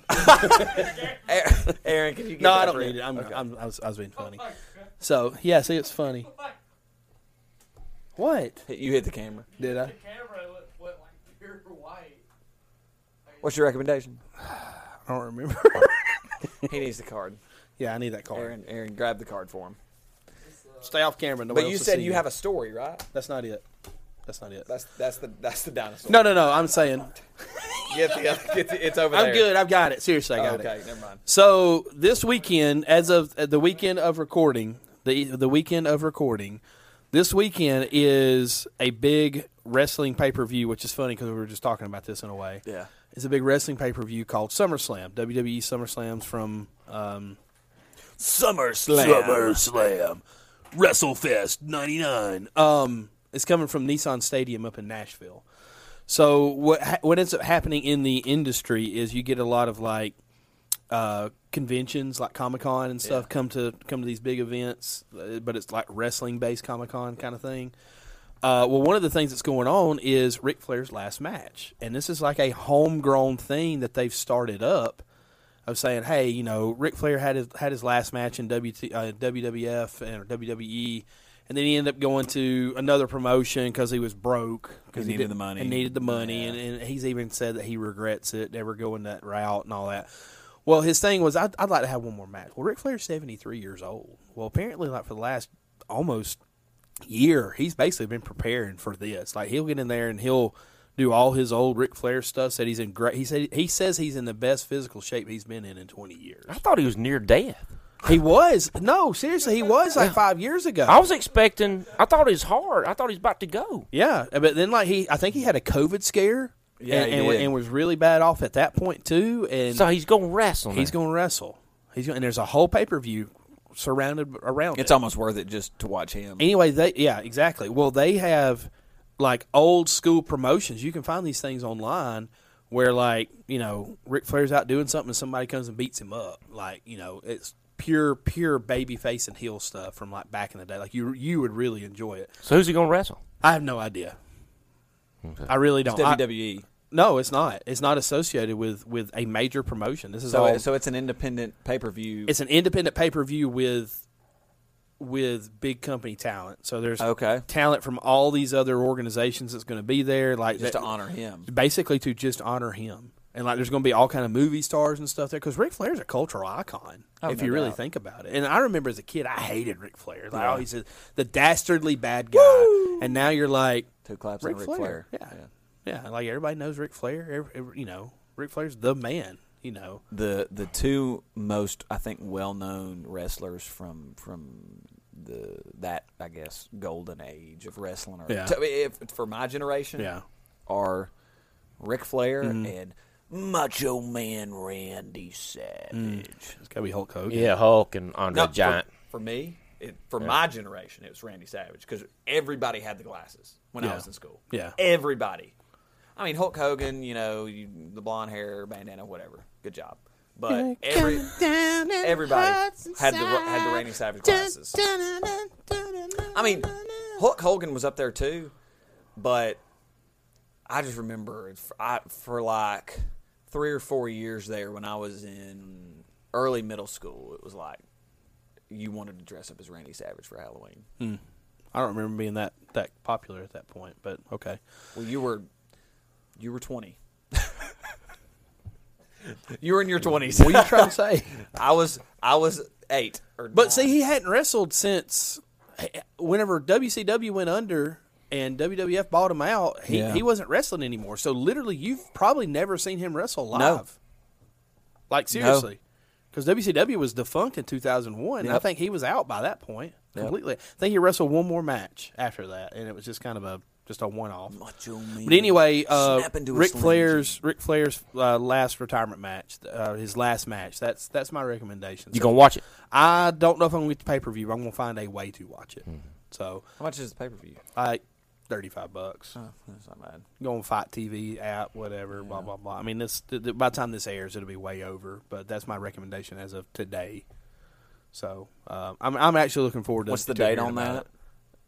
S1: A- Aaron, can you get
S2: no,
S1: that
S2: I don't
S1: for
S2: need it.
S1: him?
S2: I'm, I'm, I, was, I was being funny. So yeah, see, it's funny. What
S1: You hit the camera.
S2: did I?
S4: Camera went, went like pure white.
S1: What's your recommendation?
S2: I don't remember.
S1: He needs the card.
S2: yeah, I need that card.
S1: Aaron, Aaron, grab the card for him.
S4: uh,
S2: Stay off camera. Nobody
S1: But you
S2: else will
S1: said
S2: see
S1: you have a story, right?
S2: That's not it. That's not it.
S1: That's that's the that's the dinosaur.
S2: no, no, no. I'm saying
S1: Get the, other- get the it's over there.
S2: I'm good. I've got it. Seriously, I got it.
S1: Okay, never mind.
S2: So this weekend, as of uh, the weekend of recording, the the weekend of recording, this weekend is a big wrestling pay per view, which is funny because we were just talking about this in a way.
S1: Yeah.
S2: it's a big wrestling pay per view called SummerSlam. WWE SummerSlam's from um, SummerSlam. SummerSlam. WrestleFest '99. Um, it's coming from Nissan Stadium up in Nashville. So what ha- what ends up happening in the industry is you get a lot of like uh, conventions like Comic Con and stuff come to come to these big events, uh, but it's like wrestling based Comic Con kind of thing. Uh, well, one of the things that's going on is Ric Flair's last match, and this is like a homegrown thing that they've started up of saying, "Hey, you know, Ric Flair had his had his last match in WT, uh, WWF and or WWE, and then he ended up going to another promotion because he was broke because
S1: He needed the money.
S2: and needed the money, and, and he's even said that he regrets it, never going that route and all that." Well, his thing was, I'd, I'd like to have one more match. Well, Ric Flair's seventy three years old. Well, apparently, like for the last almost year, he's basically been preparing for this. Like he'll get in there and he'll do all his old Ric Flair stuff. Said he's in great. He said he says he's in the best physical shape he's been in in twenty years.
S3: I thought he was near death.
S2: He was no seriously. He was like five years ago.
S3: I was expecting. I thought his heart. I thought he's about to go.
S2: yeah, but then like he, I think he had a COVID scare.
S1: Yeah,
S2: and,
S1: he
S2: and, wa-
S1: did.
S2: and was really bad off at that point too. And
S3: So he's gonna wrestle.
S2: he's
S3: now.
S2: going to wrestle. He's going, and there's a whole pay per view surrounded around.
S1: It's
S2: it.
S1: almost worth it just to watch him.
S2: anyway they yeah exactly well they have like old school promotions you can find these things online where like you know Ric Flair's out doing something and somebody comes and beats him up like you know it's pure pure baby face and heel stuff from like back in the day like you you would really enjoy it
S3: So who's he gonna wrestle?
S2: I have no idea I really don't I-
S1: WWE.
S2: no it's not it's not associated with with a major promotion this is
S1: So,
S2: all
S1: so it's an independent pay per view.
S2: it's an independent pay per view with with big company talent. So there's
S1: Okay.
S2: talent from all these other organizations that's going to be there, like
S1: Just
S2: that-
S1: to honor him.
S2: basically to just honor him. And like, there's going to be all kind of movie stars and stuff there because Ric Flair's a cultural icon if
S1: Oh, no
S2: you really
S1: doubt.
S2: think about it. And I remember as a kid, I hated Ric Flair. Like, oh, he's a, the dastardly bad guy. And now you're like,
S1: Two claps
S2: Ric
S1: on Ric
S2: Flair.
S1: Flair.
S2: Yeah. yeah, Like everybody knows Ric Flair. Every, every- you know, Ric Flair's the man. You know,
S1: The the two most I think well known wrestlers from from the that I guess golden age of wrestling or
S2: Yeah.
S1: to- if, for my generation
S2: Yeah. Mm-hmm.
S1: are Ric Flair and Macho Man Randy Savage.
S2: it's got to be Hulk Hogan.
S3: Yeah, Hulk and Andre
S1: No, for-
S3: Giant.
S1: For, me, it, for my generation, it was Randy Savage because everybody had the glasses when I
S2: Yeah.
S1: was in school.
S2: Yeah.
S1: everybody. I mean, Hulk Hogan, you know, you, the blonde hair, bandana, whatever. Good job. But every, everybody had the had the Randy Savage glasses. I mean, Hulk Hogan was up there too, but I just remember I, for like three or four years there when I was in early middle school, it was like you wanted to dress up as Randy Savage for Halloween.
S2: I don't remember being that that popular at that point, but okay.
S1: Well, you were you were twenty. you were in your twenties.
S2: What are you trying to say?
S1: I was I was eight. Or
S2: But see, he hadn't wrestled since eh, whenever WCW went under and WWF bought him out. He
S1: Yeah.
S2: he wasn't wrestling anymore. So literally, you've probably never seen him wrestle live. Like seriously, because WCW was defunct in two thousand one. and I
S1: Yep.
S2: think he was out by that point completely. I think he wrestled one more match after that, and it was just kind of a just a one off.
S1: Macho Man.
S2: But anyway, uh,
S1: Snap into a
S2: Ric
S1: sling.
S2: Flair's Ric Flair's uh, last retirement match, uh, his last match. That's that's my recommendation.
S3: You gonna watch it?
S2: I don't know if I'm gonna get the pay per view. I'm gonna find a way to watch
S1: Mm-hmm.
S2: it. So
S1: How much is the pay per view?
S2: like thirty five bucks.
S1: Oh, that's not bad.
S2: Go on Fight TV app, whatever. Blah blah blah. I mean, this th- th- by the time this airs, it'll be way over. But that's my recommendation as of today. So um, I'm I'm actually looking forward to.
S1: What's the
S2: to
S1: date
S2: hearing
S1: on
S2: about
S1: that?
S2: it.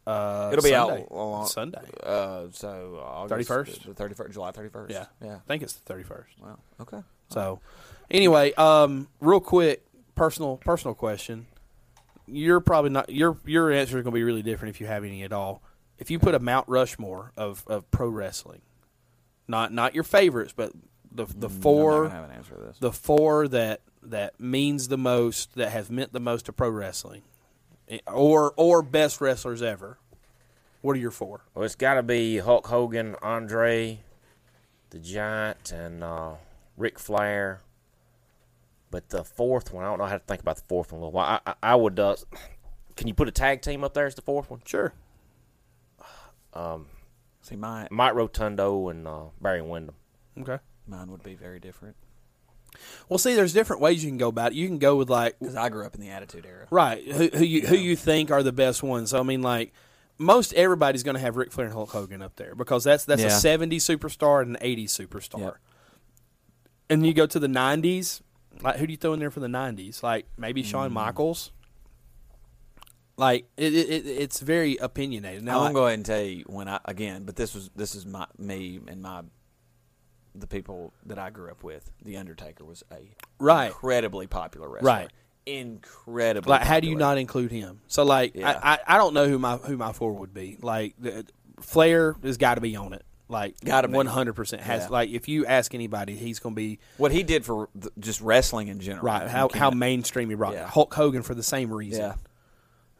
S2: Uh,
S1: It'll be out
S2: Sunday.
S1: on-
S2: Sunday.
S1: Uh, so August
S2: 31st?
S1: the thirty first, July thirty first.
S2: Yeah,
S1: yeah.
S2: I think it's the thirty first.
S1: Wow. Okay.
S2: So, anyway, um, real quick, personal personal question. You're probably not your your answer is going to be really different if you have any at all. If you put a Mount Rushmore of, of pro wrestling, not not your favorites, but the the
S1: Or
S2: four
S1: I have an answer to this.
S2: the four that that means the most that have meant the most to pro wrestling, eh, or or best wrestlers ever. What are your four?
S3: Well, it's got to be Hulk Hogan, Andre, the Giant, and uh, Ric Flair. But the fourth one, I don't know how to think about the fourth one a little while. I, I, I would. Uh, can you put a tag team up there as the fourth one?
S2: Sure.
S1: See, my
S3: Mike Rotundo and uh, Barry Windham.
S2: Okay.
S1: mine would be very different
S2: Well, see, there's different ways you can go about it. You can go with like
S1: because I grew up in the Attitude Era.
S2: Right. Who, who you who you think are the best ones? So I mean, like most everybody's going to have Ric Flair and Hulk Hogan up there because that's that's
S1: Yeah.
S2: a '70s superstar and an '80s superstar.
S1: Yep.
S2: And you go to the '90s. Like who do you throw in there for the '90s? Like maybe
S1: Mm.
S2: Shawn Michaels. Like it, it, it, it's very opinionated.
S1: Now I'm
S2: Now,
S1: gonna
S2: I-
S1: go ahead and tell you when I again, but this was this is my me and my the people that I grew up with. The Undertaker was a
S2: Right.
S1: incredibly popular wrestler.
S2: Right.
S1: incredibly.
S2: like how do you
S1: popular.
S2: not include him? So like
S1: Yeah.
S2: I, I, I don't know who my who my four would be. Like the, Flair has got to be on it. Like
S1: Gotta be.
S2: one hundred percent has
S1: Yeah.
S2: like if you ask anybody, he's going to be
S1: what he did for th- just wrestling in general?
S2: Right.
S1: You
S2: How how
S1: can't-
S2: mainstream he brought
S1: Yeah.
S2: Hulk Hogan for the same reason.
S1: Yeah.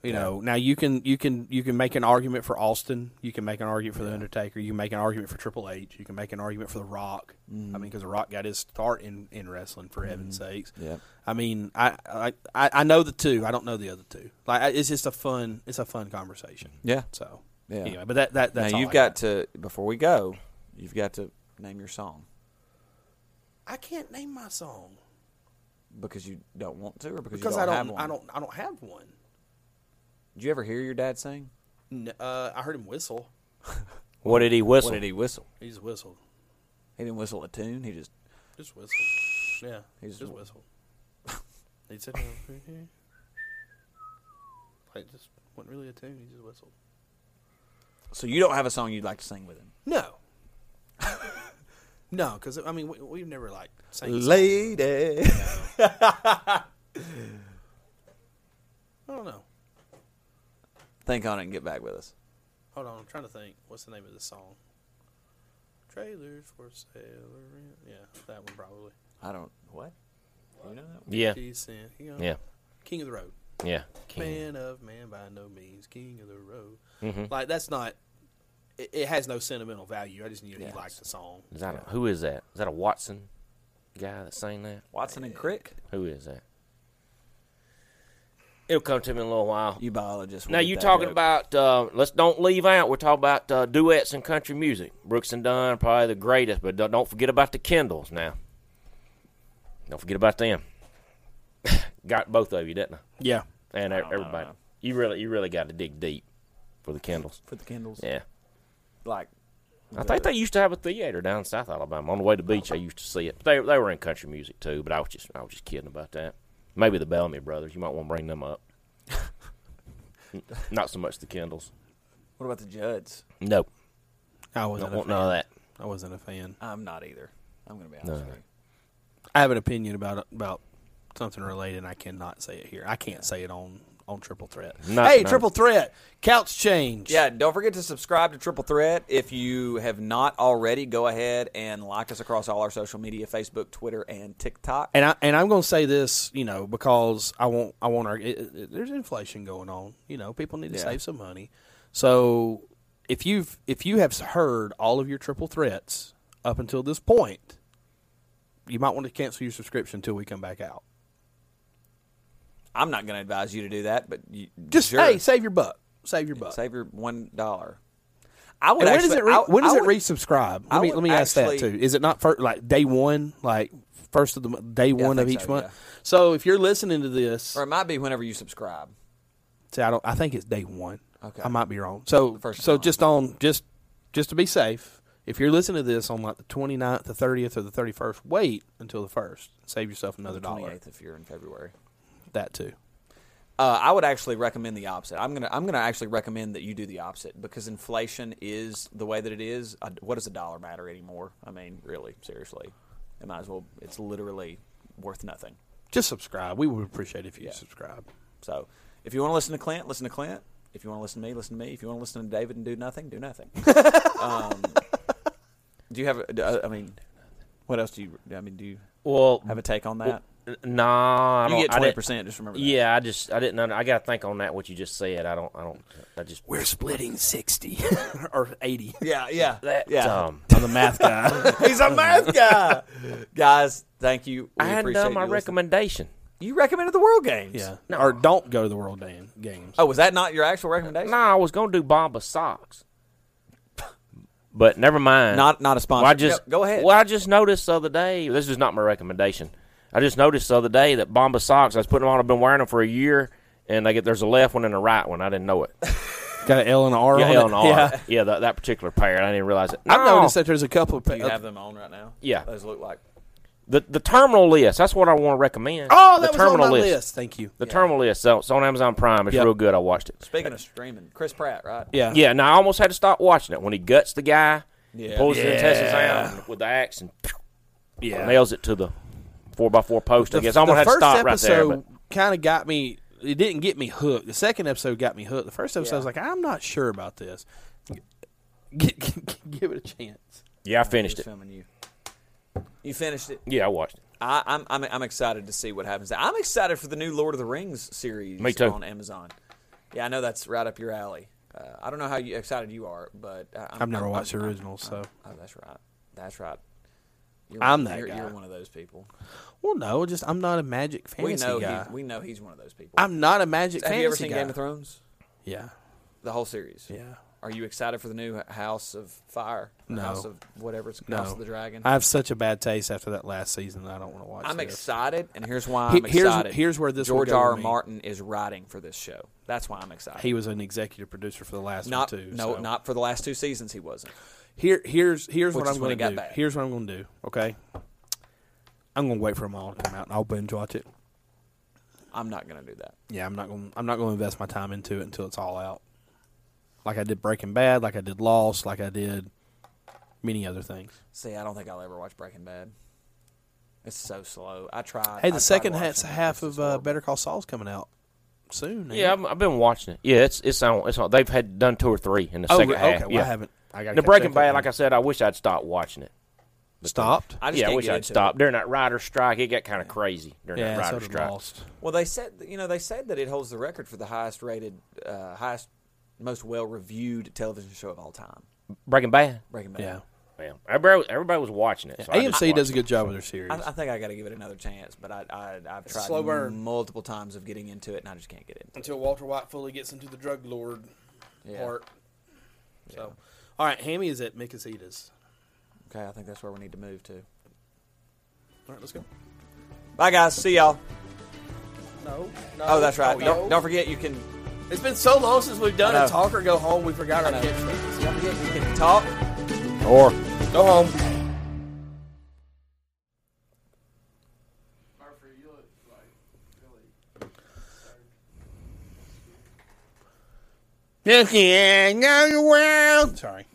S2: You know, now you can you can you can make an argument for Austin. You can make an argument for the Undertaker. You can make an argument for Triple H. You can make an argument for the Rock. I
S1: Mm.
S2: mean, because the Rock got his start in, in wrestling for heaven's sakes.
S1: Yeah.
S2: I mean, I, I I I know the two. I don't know the other two. Like I- it's just a fun it's a fun conversation.
S1: Yeah.
S2: So
S1: Yeah.
S2: Anyway, but that that that's
S1: now
S2: all
S1: you've
S2: I
S1: got to before we go, you've got to name your song
S2: I can't name my song
S1: because you don't want to or because,
S2: because
S1: you
S2: I
S1: don't
S2: don't
S1: have one.
S2: I don't I don't have one.
S1: Did you ever hear your dad sing?
S2: N- Uh, I heard him whistle.
S3: What did he whistle?
S1: What did he whistle?
S2: He just whistled.
S1: He didn't whistle a tune. He just
S2: Just whistle. Yeah.
S1: He's-
S2: just whistle. he said, like, just wasn't really a tune. He just whistled.
S1: so you don't have a song you'd like to sing with him.
S2: No. no, because, I mean, we, we've never, like, sang. a song.
S1: Lady.
S2: I don't know.
S1: Think on it and get back with us.
S2: Hold on. I'm trying to think. What's the name of the song? Trailers for sale. or rent. Yeah, that one probably.
S1: I don't. What? You know that?
S3: yeah.
S2: He said, you know,
S3: Yeah.
S2: King of the Road.
S3: Yeah. King. Mm-hmm.
S2: Man of man by no means king of the road. Like that's not. It, it has no sentimental value. I just knew
S1: Yeah.
S2: he liked the song.
S3: Is that a, who is that? Is that a Watson guy that sang that?
S1: Watson and Crick.
S3: Who is that? It'll come to me in a little while.
S1: You biologists. will
S3: now
S1: get
S3: you're
S1: that
S3: talking
S1: joke.
S3: about uh, let's don't leave out. We're talking about uh, duets in country music. Brooks and Dunn probably the greatest, but don't- don't forget about the Kindles now. Don't forget about them. got both of you, didn't I?
S2: Yeah.
S3: And e- everybody. You really, you really got to dig deep for the Kindles.
S1: for the Kindles.
S3: Yeah.
S1: Like
S3: I think they used to have a theater down in South Alabama. On the way to the beach, I used to see it. They they were in country music too, but I was just I was just kidding about that. Maybe the Bellamy brothers. You might want to bring them up. N- Not so much the Kindles.
S1: what about the Judds?
S3: No,
S2: I
S3: don't
S2: wasn't.
S3: want none of that.
S2: I wasn't a fan.
S1: I'm not either. I'm gonna be honest with you.
S2: I have an opinion about about something related. and I cannot say it here. I can't say it on on Triple Threat.
S3: Not-
S2: hey,
S3: no.
S2: Triple Threat couch change.
S1: Yeah, don't forget to subscribe to Triple Threat. If you have not already, go ahead and like us across all our social media Facebook, Twitter, and TikTok.
S2: And I and I'm going to say this, you know, because I won't I won't argue. It, it- there's inflation going on. You know, people need to
S1: Yeah.
S2: save some money. So if you've if you have heard all of your triple threats up until this point, you might want to cancel your subscription until we come back out.
S1: I'm not gonna advise you to do that, but you,
S2: Just
S1: sure,
S2: hey, save your buck, save your buck.
S1: save your one dollar. I would.
S2: and when
S1: actually,
S2: does it re-
S1: I-
S2: when does
S1: I
S2: it
S1: would-
S2: resubscribe?
S1: I
S2: Let me
S1: would
S2: let me ask that
S1: actually-
S2: too. Is it not first, like day one, like first of the mo- day
S1: I
S2: one of
S1: think
S2: each
S1: so,
S2: month?
S1: yeah.
S2: So if you're listening to this,
S1: Or it might be whenever you subscribe.
S2: See, I don't. I think it's day one.
S1: Okay.
S2: I might be wrong. So,
S1: first
S2: so
S1: one.
S2: just on just just to be safe, if you're listening to this on like the 29th, the thirtieth, or the thirty first, wait until the first. Save yourself another dollar.
S1: 28th if you're in February.
S2: That too.
S1: Uh, I would actually recommend the opposite. I'm gonna I'm gonna actually recommend that you do the opposite because inflation is the way that it is. Uh, What does a dollar matter anymore? I mean, really, seriously, it might as well. It's literally worth nothing.
S2: Just subscribe. We would appreciate if you
S1: Yeah.
S2: subscribe.
S1: So, if you want to listen to Clint, listen to Clint. If you want to listen to me, listen to me. If you want to listen to David and do nothing, do nothing. um, uh, do you have? a- do- I mean, what else do you? I mean, do you
S3: Well,
S1: have a take on that?
S3: Nah, I
S1: You
S3: don't.
S1: get
S3: I
S1: twenty
S3: didn't-
S1: percent. Just remember. That.
S3: Yeah, I just I didn't. Under, I got to think on that. What you just said. I don't. I don't. I just
S2: We're splitting sixty or eighty.
S1: yeah, yeah,
S3: that.
S1: yeah.
S3: Um,
S2: I'm the math guy.
S1: He's a math guy. Guys, thank you. We
S3: I hadn't
S1: appreciate
S3: done my
S1: you listening.
S3: recommendation.
S1: You recommended the World Games.
S2: yeah, or don't go to the World Dan- Games.
S1: Oh, was that not your actual recommendation?
S3: Nah, I was gonna do Bomba socks, but never mind.
S1: Not not a sponsor.
S3: Well, I just
S1: Go- go ahead.
S3: Well, I just noticed the other day. This is not my recommendation. I just noticed the other day that Bomba socks. I was putting them on. I've been wearing them for a year, and I get there's a left one and a right one. I didn't know it.
S2: Got an L and an R
S3: Yeah,
S2: on
S3: L
S2: it.
S3: and R.
S2: Yeah.
S3: Yeah, that, that particular pair. I didn't realize it.
S2: I've
S3: No.
S2: noticed that there's a couple of.
S1: you have them on right now.
S3: Yeah.
S1: those look like.
S3: the the terminal list. That's what I want to recommend.
S2: oh,
S3: the
S2: that was on my list. Thank you.
S3: The terminal list. So it's on Amazon Prime. It's
S2: Yep.
S3: real good. I watched it.
S1: Speaking of streaming, Chris Pratt, right?
S2: Yeah,
S3: Yeah, and I almost had to stop watching it when he guts the guy,
S1: Yeah.
S3: pulls his intestines
S2: Yeah.
S3: out with the axe, and
S2: yeah.
S3: nails it to the four by four post. I
S2: The-
S3: guess I almost
S2: the
S3: had to
S2: first
S3: stop right there.
S2: episode
S3: But
S2: kind of got me. It didn't get me hooked. The second episode got me hooked. The first episode, I was like, I'm not sure about this. G- g- g- give it a chance.
S3: yeah, I finished
S1: He's
S3: it.
S1: filming you. You finished it.
S3: Yeah, I watched it.
S1: I, I'm, I'm I'm excited to see what happens. I'm excited for the new Lord of the Rings series
S3: Me too.
S1: on Amazon. Yeah, I know that's right up your alley. Uh, I don't know how you, excited you are, but uh, I'm,
S2: I've never
S1: I'm-
S2: watched the
S1: I'm-
S2: original, so
S1: Oh, that's right. That's right. You're,
S2: I'm that
S1: you're, You're
S2: guy.
S1: one of those people.
S2: well, no, just I'm not a magic
S1: We
S2: fantasy
S1: know.
S2: guy.
S1: He, we know he's one of those people.
S2: I'm not a magic
S1: Have
S2: fantasy
S1: you ever seen
S2: guy.
S1: Game of Thrones?
S2: Yeah,
S1: The whole series.
S2: yeah.
S1: Are you excited for the new House of Fire? The
S2: No.
S1: House of whatever it's
S2: No.
S1: House of the Dragon.
S2: I have such a bad taste after that last season that I don't want to watch.
S1: I'm
S2: this.
S1: excited, and here's why
S2: He-
S1: I'm
S2: here's-
S1: excited.
S2: here's where this will
S1: George
S2: go
S1: R.
S2: with me.
S1: Martin is writing for this show. That's why I'm excited.
S2: He was an executive producer for the last
S1: not
S2: one too.
S1: no,
S2: so.
S1: not for the last two seasons. He wasn't.
S2: Here, here's here's
S1: Which
S2: what
S1: is
S2: I'm
S1: when
S2: going
S1: it got
S2: to do.
S1: bad.
S2: Here's what I'm going to do. Okay, I'm going to wait for them all to come out, and I'll binge watch it.
S1: I'm not going to do that.
S2: Yeah, I'm not going. I'm not going to invest my time into it until it's all out. Like I did Breaking Bad, like I did Lost, like I did many other things.
S1: See, I don't think I'll ever watch Breaking Bad. It's so slow. I tried. I
S2: Hey, the
S1: tried
S2: second
S1: watching
S2: half,
S1: it.
S2: half
S1: It's just
S2: of uh,
S1: horrible.
S2: Better Call Saul's coming out soon. ain't
S3: Yeah,
S2: it?
S3: I've, I've been watching it. Yeah, it's it's on. It's on. They've had done two or three in the
S2: oh,
S3: second
S2: re- okay.
S3: half.
S2: Well,
S3: yeah,
S2: I haven't. I got
S3: the Breaking Bad. Like I said, I wish I'd stopped watching it.
S2: stopped.
S1: I just
S3: yeah, I
S1: can't
S3: wish
S1: get
S3: I'd
S1: into it.
S3: stopped during that rider strike. It got kind of crazy during
S2: yeah,
S3: that
S2: so
S3: rider
S2: did
S3: strike.
S2: Lost.
S1: Well, they said you know they said that it holds the record for the highest rated, uh, highest, most well reviewed television show of all time.
S3: Breaking Bad.
S1: Breaking Bad.
S2: Yeah,
S3: Yeah, everybody, was- everybody was watching it. So I just
S2: AMC does
S3: watched
S2: a
S3: it.
S2: good job with their series.
S1: I, I think I got to give it another chance, but I, I I've tried
S2: slow burn.
S1: multiple times of getting into it, and I just can't get into it.
S2: until Walter White fully gets into the drug lord
S1: Yeah.
S2: part. So, all right, Hammy is at Micasitas.
S1: Okay, I think that's where we need to move to.
S2: All right, let's go.
S1: Bye, guys. See y'all.
S2: No, no.
S1: Oh, that's right.
S2: yeah.
S1: Don't, don't forget you can
S2: It's been so long since we've done
S1: I know.
S2: a talk or go home. We forgot our
S1: know.
S2: catchphrase.
S1: don't forget you can talk.
S3: Or
S2: Go home.
S4: Murphy, you look like really.
S2: Yeah, yeah, now you're wild. Sorry.